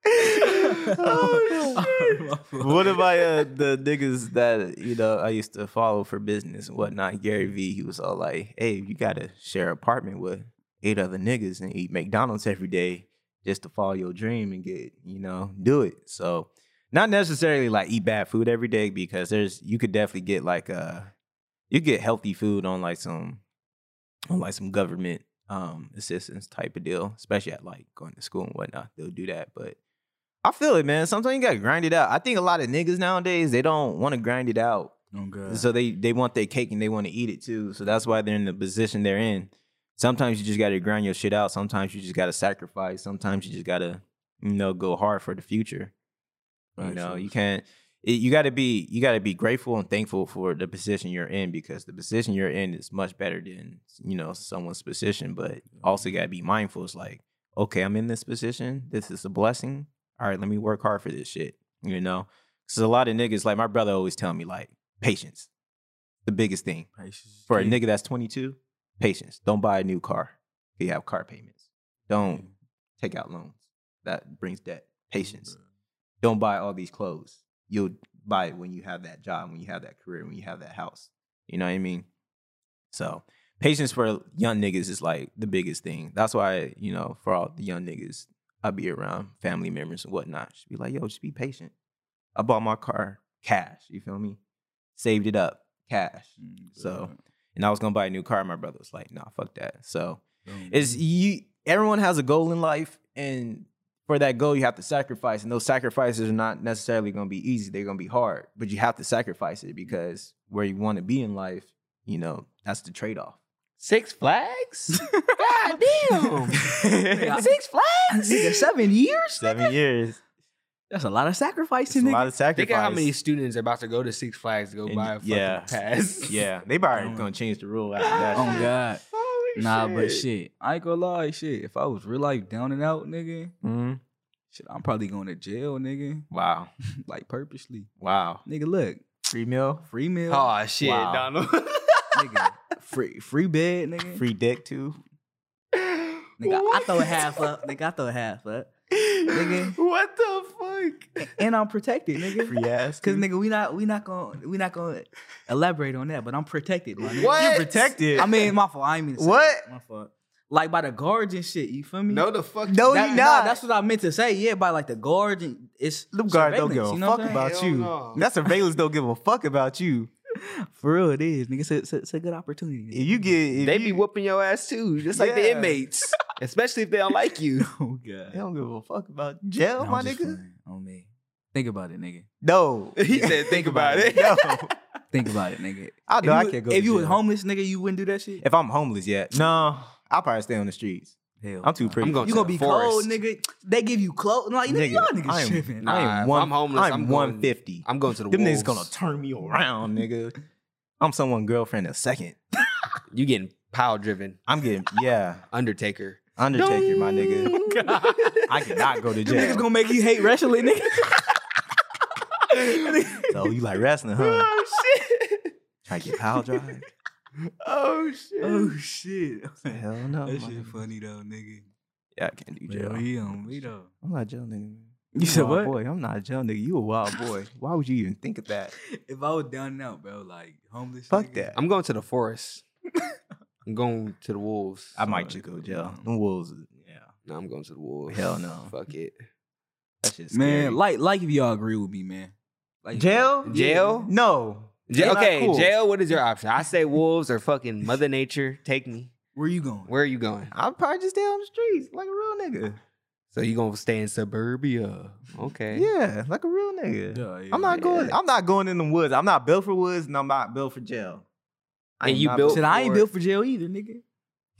S4: Oh,
S2: Oh, (laughs)
S4: (laughs)
S2: One of my uh, the niggas that you know I used to follow for business and whatnot, Gary V. He was all like, "Hey, you gotta share an apartment with eight other niggas and eat McDonald's every day just to follow your dream and get you know do it." So not necessarily like eat bad food every day because there's you could definitely get like uh you get healthy food on like some on like some government um assistance type of deal, especially at like going to school and whatnot. They'll do that, but I feel it, man. Sometimes you gotta grind it out. I think a lot of niggas nowadays they don't want to grind it out,
S4: Oh god.
S2: so they they want their cake and they want to eat it too. So that's why they're in the position they're in. Sometimes you just gotta grind your shit out. Sometimes you just gotta sacrifice. Sometimes you just gotta you know go hard for the future. You
S4: Right,
S2: know
S4: so-
S2: you can't. It, you gotta be you gotta be grateful and thankful for the position you're in because the position you're in is much better than you know someone's position. But also gotta be mindful. It's like okay, I'm in this position. This is a blessing. All right, let me work hard for this shit. You know, because a lot of niggas, like my brother, always tell me, like, patience, the biggest thing
S4: Patience is
S2: for a
S4: key.
S2: nigga that's 22. Patience. Don't buy a new car. if You have car payments. Don't take out loans. That brings debt. Patience. Don't buy all these clothes. You'll buy it when you have that job, when you have that career, when you have that house. You know what I mean? So patience for young niggas is like the biggest thing. That's why, you know, for all the young niggas I be around, family members and whatnot, just be like, yo, just be patient. I bought my car cash. You feel me? saved it up, cash. So, and I was gonna buy a new car. My brother was like, "Nah, fuck that." So it's you. Everyone has a goal in life, and for that goal, you have to sacrifice. And those sacrifices are not necessarily gonna be easy. They're gonna be hard, but you have to sacrifice it because where you want to be in life, you know, that's the trade off. (laughs)
S3: Six Flags? God damn. Six Flags?
S4: Nigga, seven years.
S2: Seven (laughs) years.
S4: That's a lot of
S2: It's
S4: sacrificing.
S2: a
S4: Nigga.
S2: lot of sacrifice.
S3: Think of how many students are about to go to Six Flags to go
S2: And
S3: buy a
S2: y-
S3: fucking
S2: yeah. (laughs)
S3: pass. (laughs)
S2: Yeah, they probably gonna change the rule after that.
S4: Oh God.
S3: Holy
S4: Nah, but shit, I ain't gonna lie, shit. If I was real life down and out, nigga,
S2: Mhm.
S4: shit, I'm probably going to jail, nigga. (laughs)
S2: Wow,
S4: like purposely,
S2: wow.
S4: nigga. Look,
S2: Free meal,
S4: free meal,
S3: Oh shit,
S2: Wow.
S3: Donald. (laughs)
S4: nigga. Free, free bed, nigga.
S2: free dick too.
S4: Nigga, I throw a half up. Nigga, I throw a half up, nigga.
S3: (laughs) What the fuck?
S4: and I'm protected, nigga.
S2: Free (laughs) ass.
S4: (laughs) Cause
S2: too.
S4: nigga, we not we not gonna we not gonna elaborate on that, but I'm protected. My nigga.
S3: What?
S2: you protected.
S4: I mean, my fault. I ain't mean to say
S2: What?
S4: that. My fault. Like by the guards and shit. You feel me?
S3: No, the fuck.
S2: No,
S4: That-
S2: you
S4: nah,
S2: not.
S4: that's what I meant to say. Yeah, by like the guards and it's
S2: The guard don't
S4: surveillance,
S2: give a
S4: you know
S2: fuck
S4: what I'm
S2: about
S3: Hell
S2: you.
S3: no.
S2: That surveillance don't give a fuck about you.
S4: saying? For real, it is, nigga. It's a, it's a- it's a good opportunity. nigga.
S2: If (laughs) you get, if
S3: they
S2: you,
S3: be whooping your ass too, just like the
S2: Yeah.
S3: inmates, (laughs) especially if they don't like you.
S4: Oh
S2: they
S4: god.
S2: don't give a fuck about jail,
S4: Nah,
S2: my
S4: I'm just
S2: nigga.
S4: playing. On me. Think about it, nigga.
S2: No,
S3: He said,
S2: (laughs)
S3: "Think about it."
S2: no,
S4: Think about it, nigga.
S2: I
S4: If
S2: know I
S4: you-
S2: can't go.
S4: If
S2: to
S4: you was
S2: jail.
S4: homeless, nigga, you wouldn't do that shit.
S2: if I'm homeless yet, no, I'll probably stay on the streets.
S4: Hell,
S2: I'm too
S4: nah.
S2: pretty.
S3: I'm going
S4: You
S3: to
S4: gonna be
S3: the
S4: cold,
S3: forest.
S4: nigga. They give you clothes. Like, nigga,
S2: Nigga,
S4: y'all niggas
S2: I am-
S4: tripping.
S3: Nah,
S2: I
S3: if
S2: am one.
S3: I'm homeless,
S2: I'm,
S3: I'm going-
S2: 150.
S3: I'm going to the
S2: Them
S3: wolves.
S2: niggas gonna turn me around, nigga. I'm someone girlfriend in a second.
S3: You getting pile driven,
S2: I'm getting yeah,
S3: Undertaker.
S2: Undertaker, my nigga.
S3: Dong.
S4: (laughs)
S3: (laughs)
S2: I cannot go to
S4: Them
S2: jail.
S4: niggas gonna (laughs) make you hate wrestling, nigga.
S2: (laughs)
S4: (laughs)
S2: so you like wrestling, huh?
S3: oh shit!
S2: Try to get power drive?
S3: Oh shit!
S4: shit. (laughs)
S2: Hell no. my nigga.
S4: funny though, nigga. um,
S2: Yeah, I can't do jail.
S4: though.
S2: I'm not a jail nigga. man.
S4: You
S2: a
S4: said
S2: wild
S4: what?
S2: Boy, I'm not a jail nigga. You a wild boy. Why would you even think of that?
S4: If I was down and out, bro, like homeless.
S2: Fuck
S4: nigga,
S2: that.
S3: I'm going to the forest. I'm going to the wolves.
S2: I might just go to jail. Them wolves. Yeah,
S3: No, I'm going to the wolves.
S2: Hell no.
S3: (laughs) Fuck it.
S2: that shit's
S4: Man,
S2: scary.
S4: like like if y'all agree with me, man. Like
S2: jail,
S4: Yeah.
S3: Jail?
S2: No.
S3: Ja-
S2: They're not
S3: okay,
S2: cool.
S3: jail. What is your option? I say wolves or fucking Mother Nature. Take me.
S4: Where you going?
S3: Where are you going?
S2: I'd probably just stay on the streets like a real nigga.
S3: So you gonna stay in suburbia? Okay.
S2: Yeah, like a real nigga.
S4: Yeah, yeah.
S2: I'm not going. I'm not going in the woods. I'm not built for woods, and I'm not built for jail. I
S3: And
S2: am
S3: you
S2: not
S3: built-
S4: Shit, I ain't
S3: for-
S2: (laughs)
S4: built for jail either, nigga.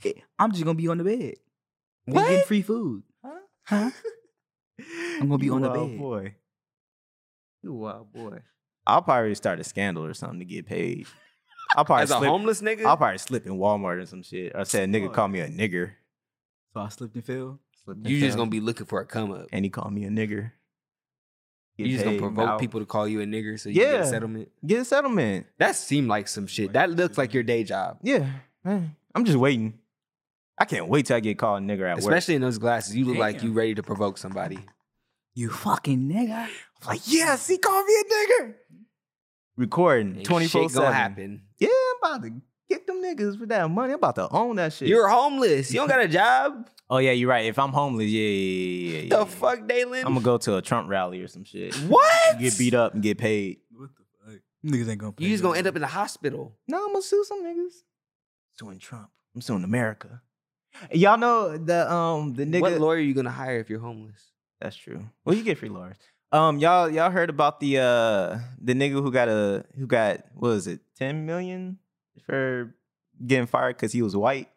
S4: Eh, I'm just gonna be on the bed. and
S3: What?
S4: Getting free food.
S2: Huh? I'm
S4: gonna be on the
S2: wild
S4: bed.
S2: Boy, you wild
S4: (laughs)
S2: boy. I'll probably start a scandal or something to get paid. I'll probably
S3: As a
S2: slip.
S3: homeless nigga,
S2: I'll probably slip in Walmart or some shit. I said a nigga called me a nigger.
S4: So I slipped and fell.
S2: Slipped and
S3: you just
S2: fell.
S3: gonna be looking for a come up.
S2: and he called me a nigger. Get
S3: You just gonna
S2: paid,
S3: provoke
S2: now-
S3: people to call you a nigger so you can get
S2: Yeah.
S3: a settlement.
S2: Get a settlement.
S3: That seemed like some shit. That looks like your day job,
S2: Yeah, man. I'm just waiting. I can't wait till I get called a nigger at
S3: especially in those glasses. You look like
S4: Damn.
S3: you ready to provoke somebody.
S4: You fucking nigga.
S2: work. I'm like, yes, he called me a nigger. Recording
S3: Ain't
S2: 24
S3: shit gonna
S2: 7.
S3: happen.
S2: Yeah, I'm about to get them niggas for that money. I'm about to own that shit.
S3: You're homeless. You don't got a (laughs) job.
S2: oh, yeah, you're right. If I'm homeless, yeah, yeah, yeah. yeah, yeah.
S3: the fuck, Dalen?
S2: I'm gonna go to a Trump rally or some shit.
S3: What?
S2: Get beat up and get paid.
S4: What the fuck? Niggas ain't gonna
S3: You just gonna end up in the hospital.
S2: No, I'm gonna sue some niggas. Suing Trump. I'm suing America. Y'all know the um the nigga.
S3: What lawyer are you gonna hire if you're homeless?
S2: That's true. Well, you get free lawyers. Um, y'all y'all heard about the uh the nigga who got a who got what was it ten million for getting fired because he was white?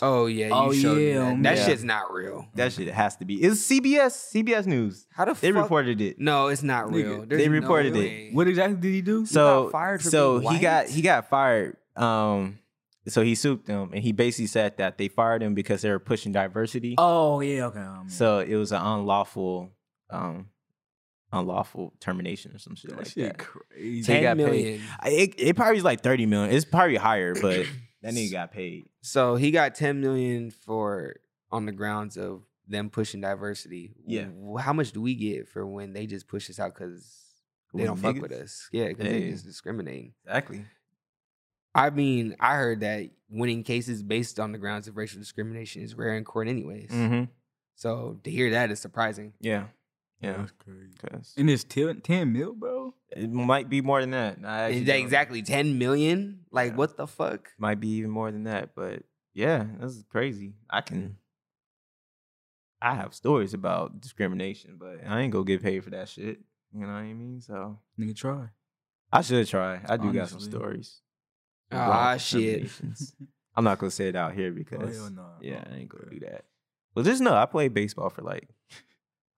S3: Oh yeah, you
S4: Oh,
S3: showed me
S4: yeah,
S3: that.
S4: um,
S3: That
S2: yeah.
S3: shit's not real.
S2: That shit has to be. It's CBS CBS News.
S3: How the
S2: They
S3: Mm-hmm. fuck?
S2: reported it.
S3: No, it's not
S4: Nigga,
S3: real.
S2: they
S3: There's no
S2: reported it.
S3: way.
S4: What exactly did he do?
S2: so
S3: fired for
S2: so
S3: being
S2: he got
S3: white?
S2: he got fired. Um, so he sued them and he basically said that they fired him because they were pushing diversity.
S4: Oh yeah, okay. um,
S2: So it was an unlawful um unlawful termination or some shit
S4: that
S2: like
S4: shit
S2: that.
S4: crazy.
S2: Take-
S3: Ten
S2: They got paid.
S3: million.
S2: I- It, it probably is like 30 million. It's probably higher, but that nigga got paid.
S3: So he got ten million for on the grounds of them pushing diversity.
S2: Yeah.
S3: W- How much do we get for when they just push us out because they don't fuck with
S2: Niggas.
S3: us? Yeah, because
S2: Hey.
S3: they just discriminating.
S2: Exactly.
S3: I mean, I heard that winning cases based on the grounds of racial discrimination is rare in court, anyways.
S2: Mm-hmm.
S3: So to hear that is surprising.
S2: Yeah. Yeah,
S1: That's crazy.
S2: 'cause
S4: And it's 10, 10 mil, bro.
S2: it might be more than that. I actually
S3: Is
S2: don't
S3: that
S2: know.
S3: exactly 10 million? Like,
S2: Yeah.
S3: what the fuck?
S2: Might be even more than that. But yeah, that's crazy. I
S3: Mm.
S2: can. I have stories about discrimination, but I ain't gonna get paid for that shit. You know what I mean? So
S4: Nigga, try.
S2: I should try. I do got some
S4: Honestly.
S2: stories.
S3: Ah,
S2: about
S4: (laughs)
S3: shit.
S2: discriminations. I'm not gonna say it out here
S4: Oh,
S2: because
S4: hell no.
S2: yeah,
S4: Oh,
S2: I ain't gonna
S4: okay.
S2: do that. Well, just know I played baseball for like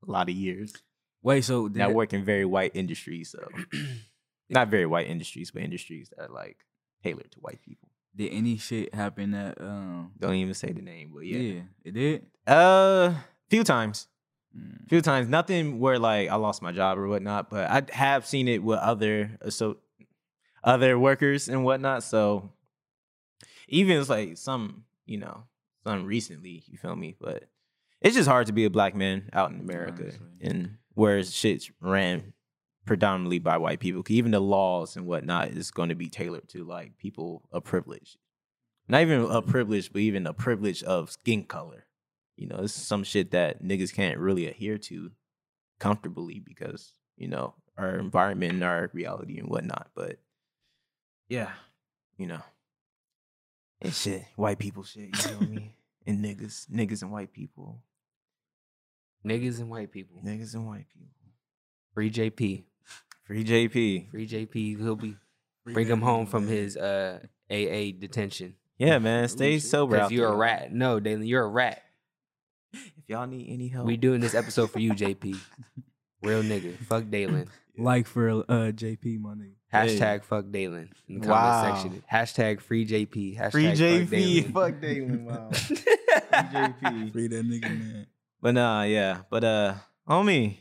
S2: a lot of years.
S4: Wait, so
S2: Now
S4: that-
S2: work in very white industries,
S4: (clears throat)
S2: so not very white industries, but industries that are like tailored to white people.
S4: did any shit happen that um
S2: Don't even say the name, but
S4: yeah,
S2: yeah.
S4: it did?
S2: Uh, few times,
S4: Mm.
S2: few times. Nothing where like I lost my job or whatnot, but I have seen it with other so other workers and whatnot. So even it's like some, you know, some recently. You feel me? But it's just hard to be a black man out in America
S4: Honestly.
S2: and where shit's ran predominantly by white people. 'Cause Even the laws and whatnot is going to be tailored to like people of privilege. Not even a privilege, but even a privilege of skin color. You know, this is some shit that niggas can't really adhere to comfortably because, you know, our environment and our reality and whatnot. But yeah, you know, it's shit, white people shit, you feel me? And niggas, niggas and white people,
S3: (laughs) Niggas and white people.
S2: niggas and white people.
S3: Free JP.
S2: Free JP.
S3: Free JP. He'll be bring him home from his uh AA detention.
S2: Yeah, man, stay sober.
S3: Because
S2: out
S3: you're a
S2: there.
S3: rat. No, Dalen, you're a rat.
S2: If y'all need any help,
S3: We doing this episode for you, JP. Real nigga. Fuck (clears throat) Dalen.
S4: Like for uh JP, my nigga.
S3: Hashtag
S2: Hey.
S3: fuck Dalen in the
S2: Wow.
S3: comment section. Hashtag free JP. Hashtag
S2: Free
S3: fuck
S2: JP.
S3: Dalen. (laughs)
S2: Fuck Dalen. Wow. JP.
S4: Free that nigga, man.
S2: But nah, yeah. But uh, homie,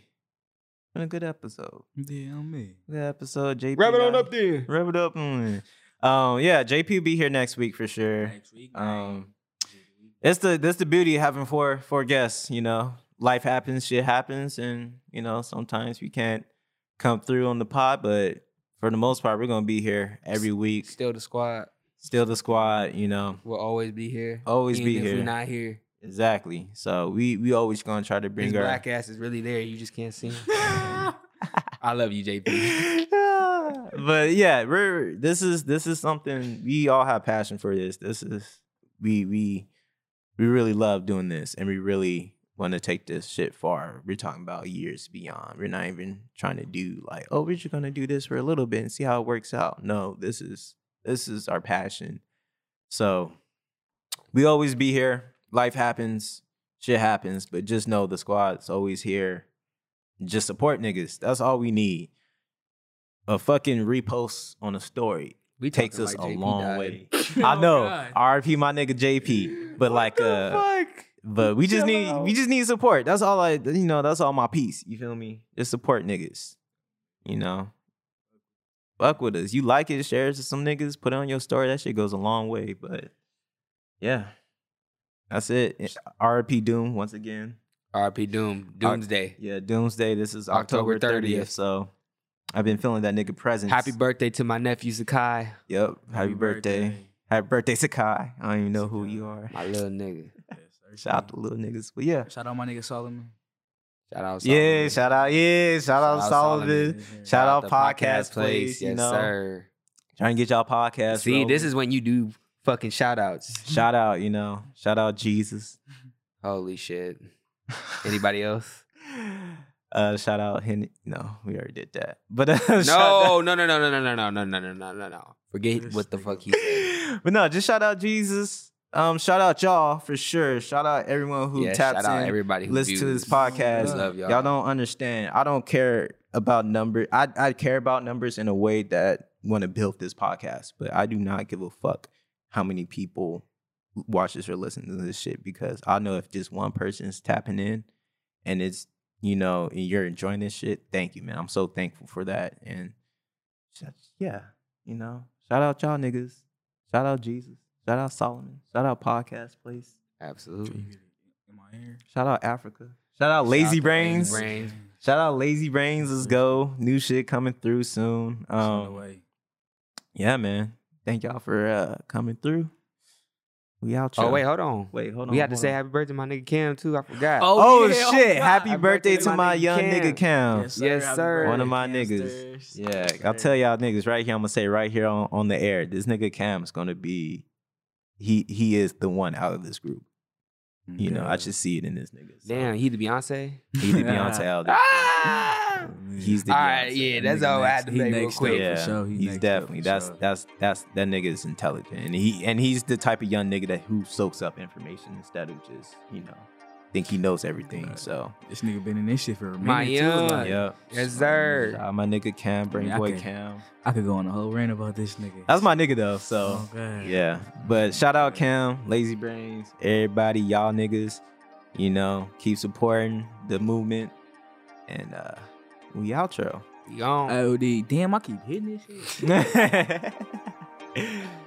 S2: been a good episode.
S4: Yeah, on me.
S2: Good episode. JP.
S3: Wrap it on
S2: not-
S3: up there.
S2: Wrap it up. mm. Um, yeah, JP will be here next week for sure. Um, it's the that's the beauty of having four four guests. You know, life happens, shit happens, and you know sometimes we can't come through on the pod, but for the most part, we're gonna be here every week.
S3: Still the squad.
S2: Still the squad, you know,
S3: We'll always be here.
S2: always
S3: Even
S2: be
S3: if
S2: here.
S3: we're not here.
S2: exactly. So we we always gonna try to bring
S3: His
S2: our
S3: black ass is really there. You just can't
S4: (laughs)
S3: see him. I love you, JP.
S2: (laughs) but yeah, we're this is this is something we all have passion for this. This is we we we really love doing this and we really want to take this shit far. We're talking about years beyond. We're not even trying to do like, oh, we're just gonna do this for a little bit and see how it works out. No, this is this is our passion. So we always be here. Life happens, shit happens, but just know the squad's always here. Just support niggas. That's all we need. A fucking repost on a story
S3: We
S2: takes
S3: talking
S2: us
S3: like
S2: a
S3: JP
S2: long
S3: died. (laughs)
S2: way.
S4: Oh,
S3: Oh,
S2: I know. RP my nigga JP. But like uh
S4: fuck?
S2: but we just
S4: Chill
S2: need
S4: out.
S2: we just need support. That's all I you know, that's all my piece. You feel me? Just support niggas. You know. Fuck with us. You like it, share it to some niggas, put it on your story. That shit goes a long way. But yeah. That's it. RP Doom once again.
S3: RP Doom. Doomsday.
S2: Yeah, Doomsday. This is October,
S3: October
S2: 30th.
S3: 30th.
S2: So I've been feeling that nigga presence.
S3: Happy birthday to my nephew Zakai.
S2: Yep. Happy, birthday. Happy birthday, Sakai. I don't even know who you are.
S3: My little nigga.
S2: Shout out to little niggas. But yeah.
S4: Shout out my nigga Solomon.
S3: Shout out.
S2: Yeah,
S3: Solomon.
S2: shout out, yeah, shout, out
S3: Shout out
S2: Solomon.
S3: Solomon.
S2: Shout out
S3: the
S2: Podcast Place, you
S3: Yes,
S2: know.
S3: sir.
S2: Trying to get y'all podcast.
S3: See, this
S2: rolling.
S3: is when you do fucking shout outs.
S2: shout out, you know. Shout out Jesus.
S3: Holy shit. (laughs) Anybody else?
S2: (laughs) Uh shout out Henry. No, we already did that. But uh, (laughs) shout
S3: no,
S2: out-
S3: no, no, no, no, no, no, no, no, no, no, no, no. Forget
S4: This
S3: what the
S4: nigga. (laughs)
S3: fuck he said.
S2: But no, just shout out Jesus. Um shout out y'all for sure. Shout out everyone who
S3: yeah,
S2: taps
S3: shout out
S2: in.
S3: everybody who
S2: listen to
S3: views.
S2: this podcast.
S3: We love y'all.
S2: y'all don't understand. I don't care about numbers. I, I care about numbers in a way that want to build this podcast, but I do not give a fuck how many people watch this or listen to this shit because I know if just one person's tapping in and it's you know and you're enjoying this shit, thank you, man. I'm so thankful for that. And that's- yeah, you know, shout out y'all niggas. Shout out Jesus. Shout out Solomon. Shout out podcast place.
S3: Absolutely.
S4: In my ear.
S2: Shout out Africa. Shout out
S3: out
S2: Lazy
S3: to Lazy
S2: Brains.
S3: Brains.
S2: Shout out Lazy Brains. Let's go. New shit coming through soon.
S4: Um,
S2: Um, yeah, man. Thank y'all for uh, coming through. We out.
S3: Oh
S2: y'all.
S3: wait, hold on.
S2: wait, hold on.
S3: we had to
S2: hold
S3: say
S2: on.
S3: happy birthday to my nigga Cam too. I forgot.
S2: Oh,
S4: yeah,
S2: shit!
S4: God.
S2: Happy
S3: Happy
S2: birthday
S3: birthday
S2: to
S3: to
S2: my
S3: my
S2: young
S3: nigga
S2: nigga Cam.
S3: Yes,
S4: happy
S3: sir.
S4: birthday,
S2: One of my
S4: Cam
S2: niggas.
S4: Stairs.
S2: Yeah,
S4: Yes,
S2: I'll
S4: sir.
S2: tell y'all niggas right here. I'm gonna say right here on, on the air, this nigga Cam is gonna be, he he is the one out of this group. You know, I just see it in this nigga. So,
S3: Damn, he the Beyonce.
S2: he
S4: (laughs)
S2: the Beyonce
S3: (laughs)
S2: out. of this
S3: Ah!
S2: group. He's the
S3: All right,
S2: Beyonce.
S3: yeah,
S4: That
S3: that's
S4: nigga
S3: all I
S4: next-
S3: had to
S4: he
S3: say real
S4: next
S3: quick.
S4: up. for
S2: Yeah,
S4: sure. He
S2: he's
S4: next up
S2: definitely
S4: for
S2: that's
S4: sure.
S2: that's that's that nigga is intelligent, and he and he's the type of young nigga that who soaks up information instead of just you know think he knows everything.
S4: Right.
S2: So
S4: This nigga been in this shit for a minute.
S3: My
S4: too,
S3: young.
S4: like-
S2: yeah,
S3: Yes, sir.
S2: Shout out my nigga Cam, brain
S4: I
S2: boy
S4: could-
S2: Cam.
S4: I could go on a whole rant about this nigga.
S2: That's my nigga though. So
S4: Oh, God.
S2: Yeah, but shout out Cam, Lazy Brains, everybody, y'all niggas. You know, keep supporting the movement, and uh we outro. (laughs)
S3: You gone.
S4: OD. Damn, I keep hitting this shit.
S2: All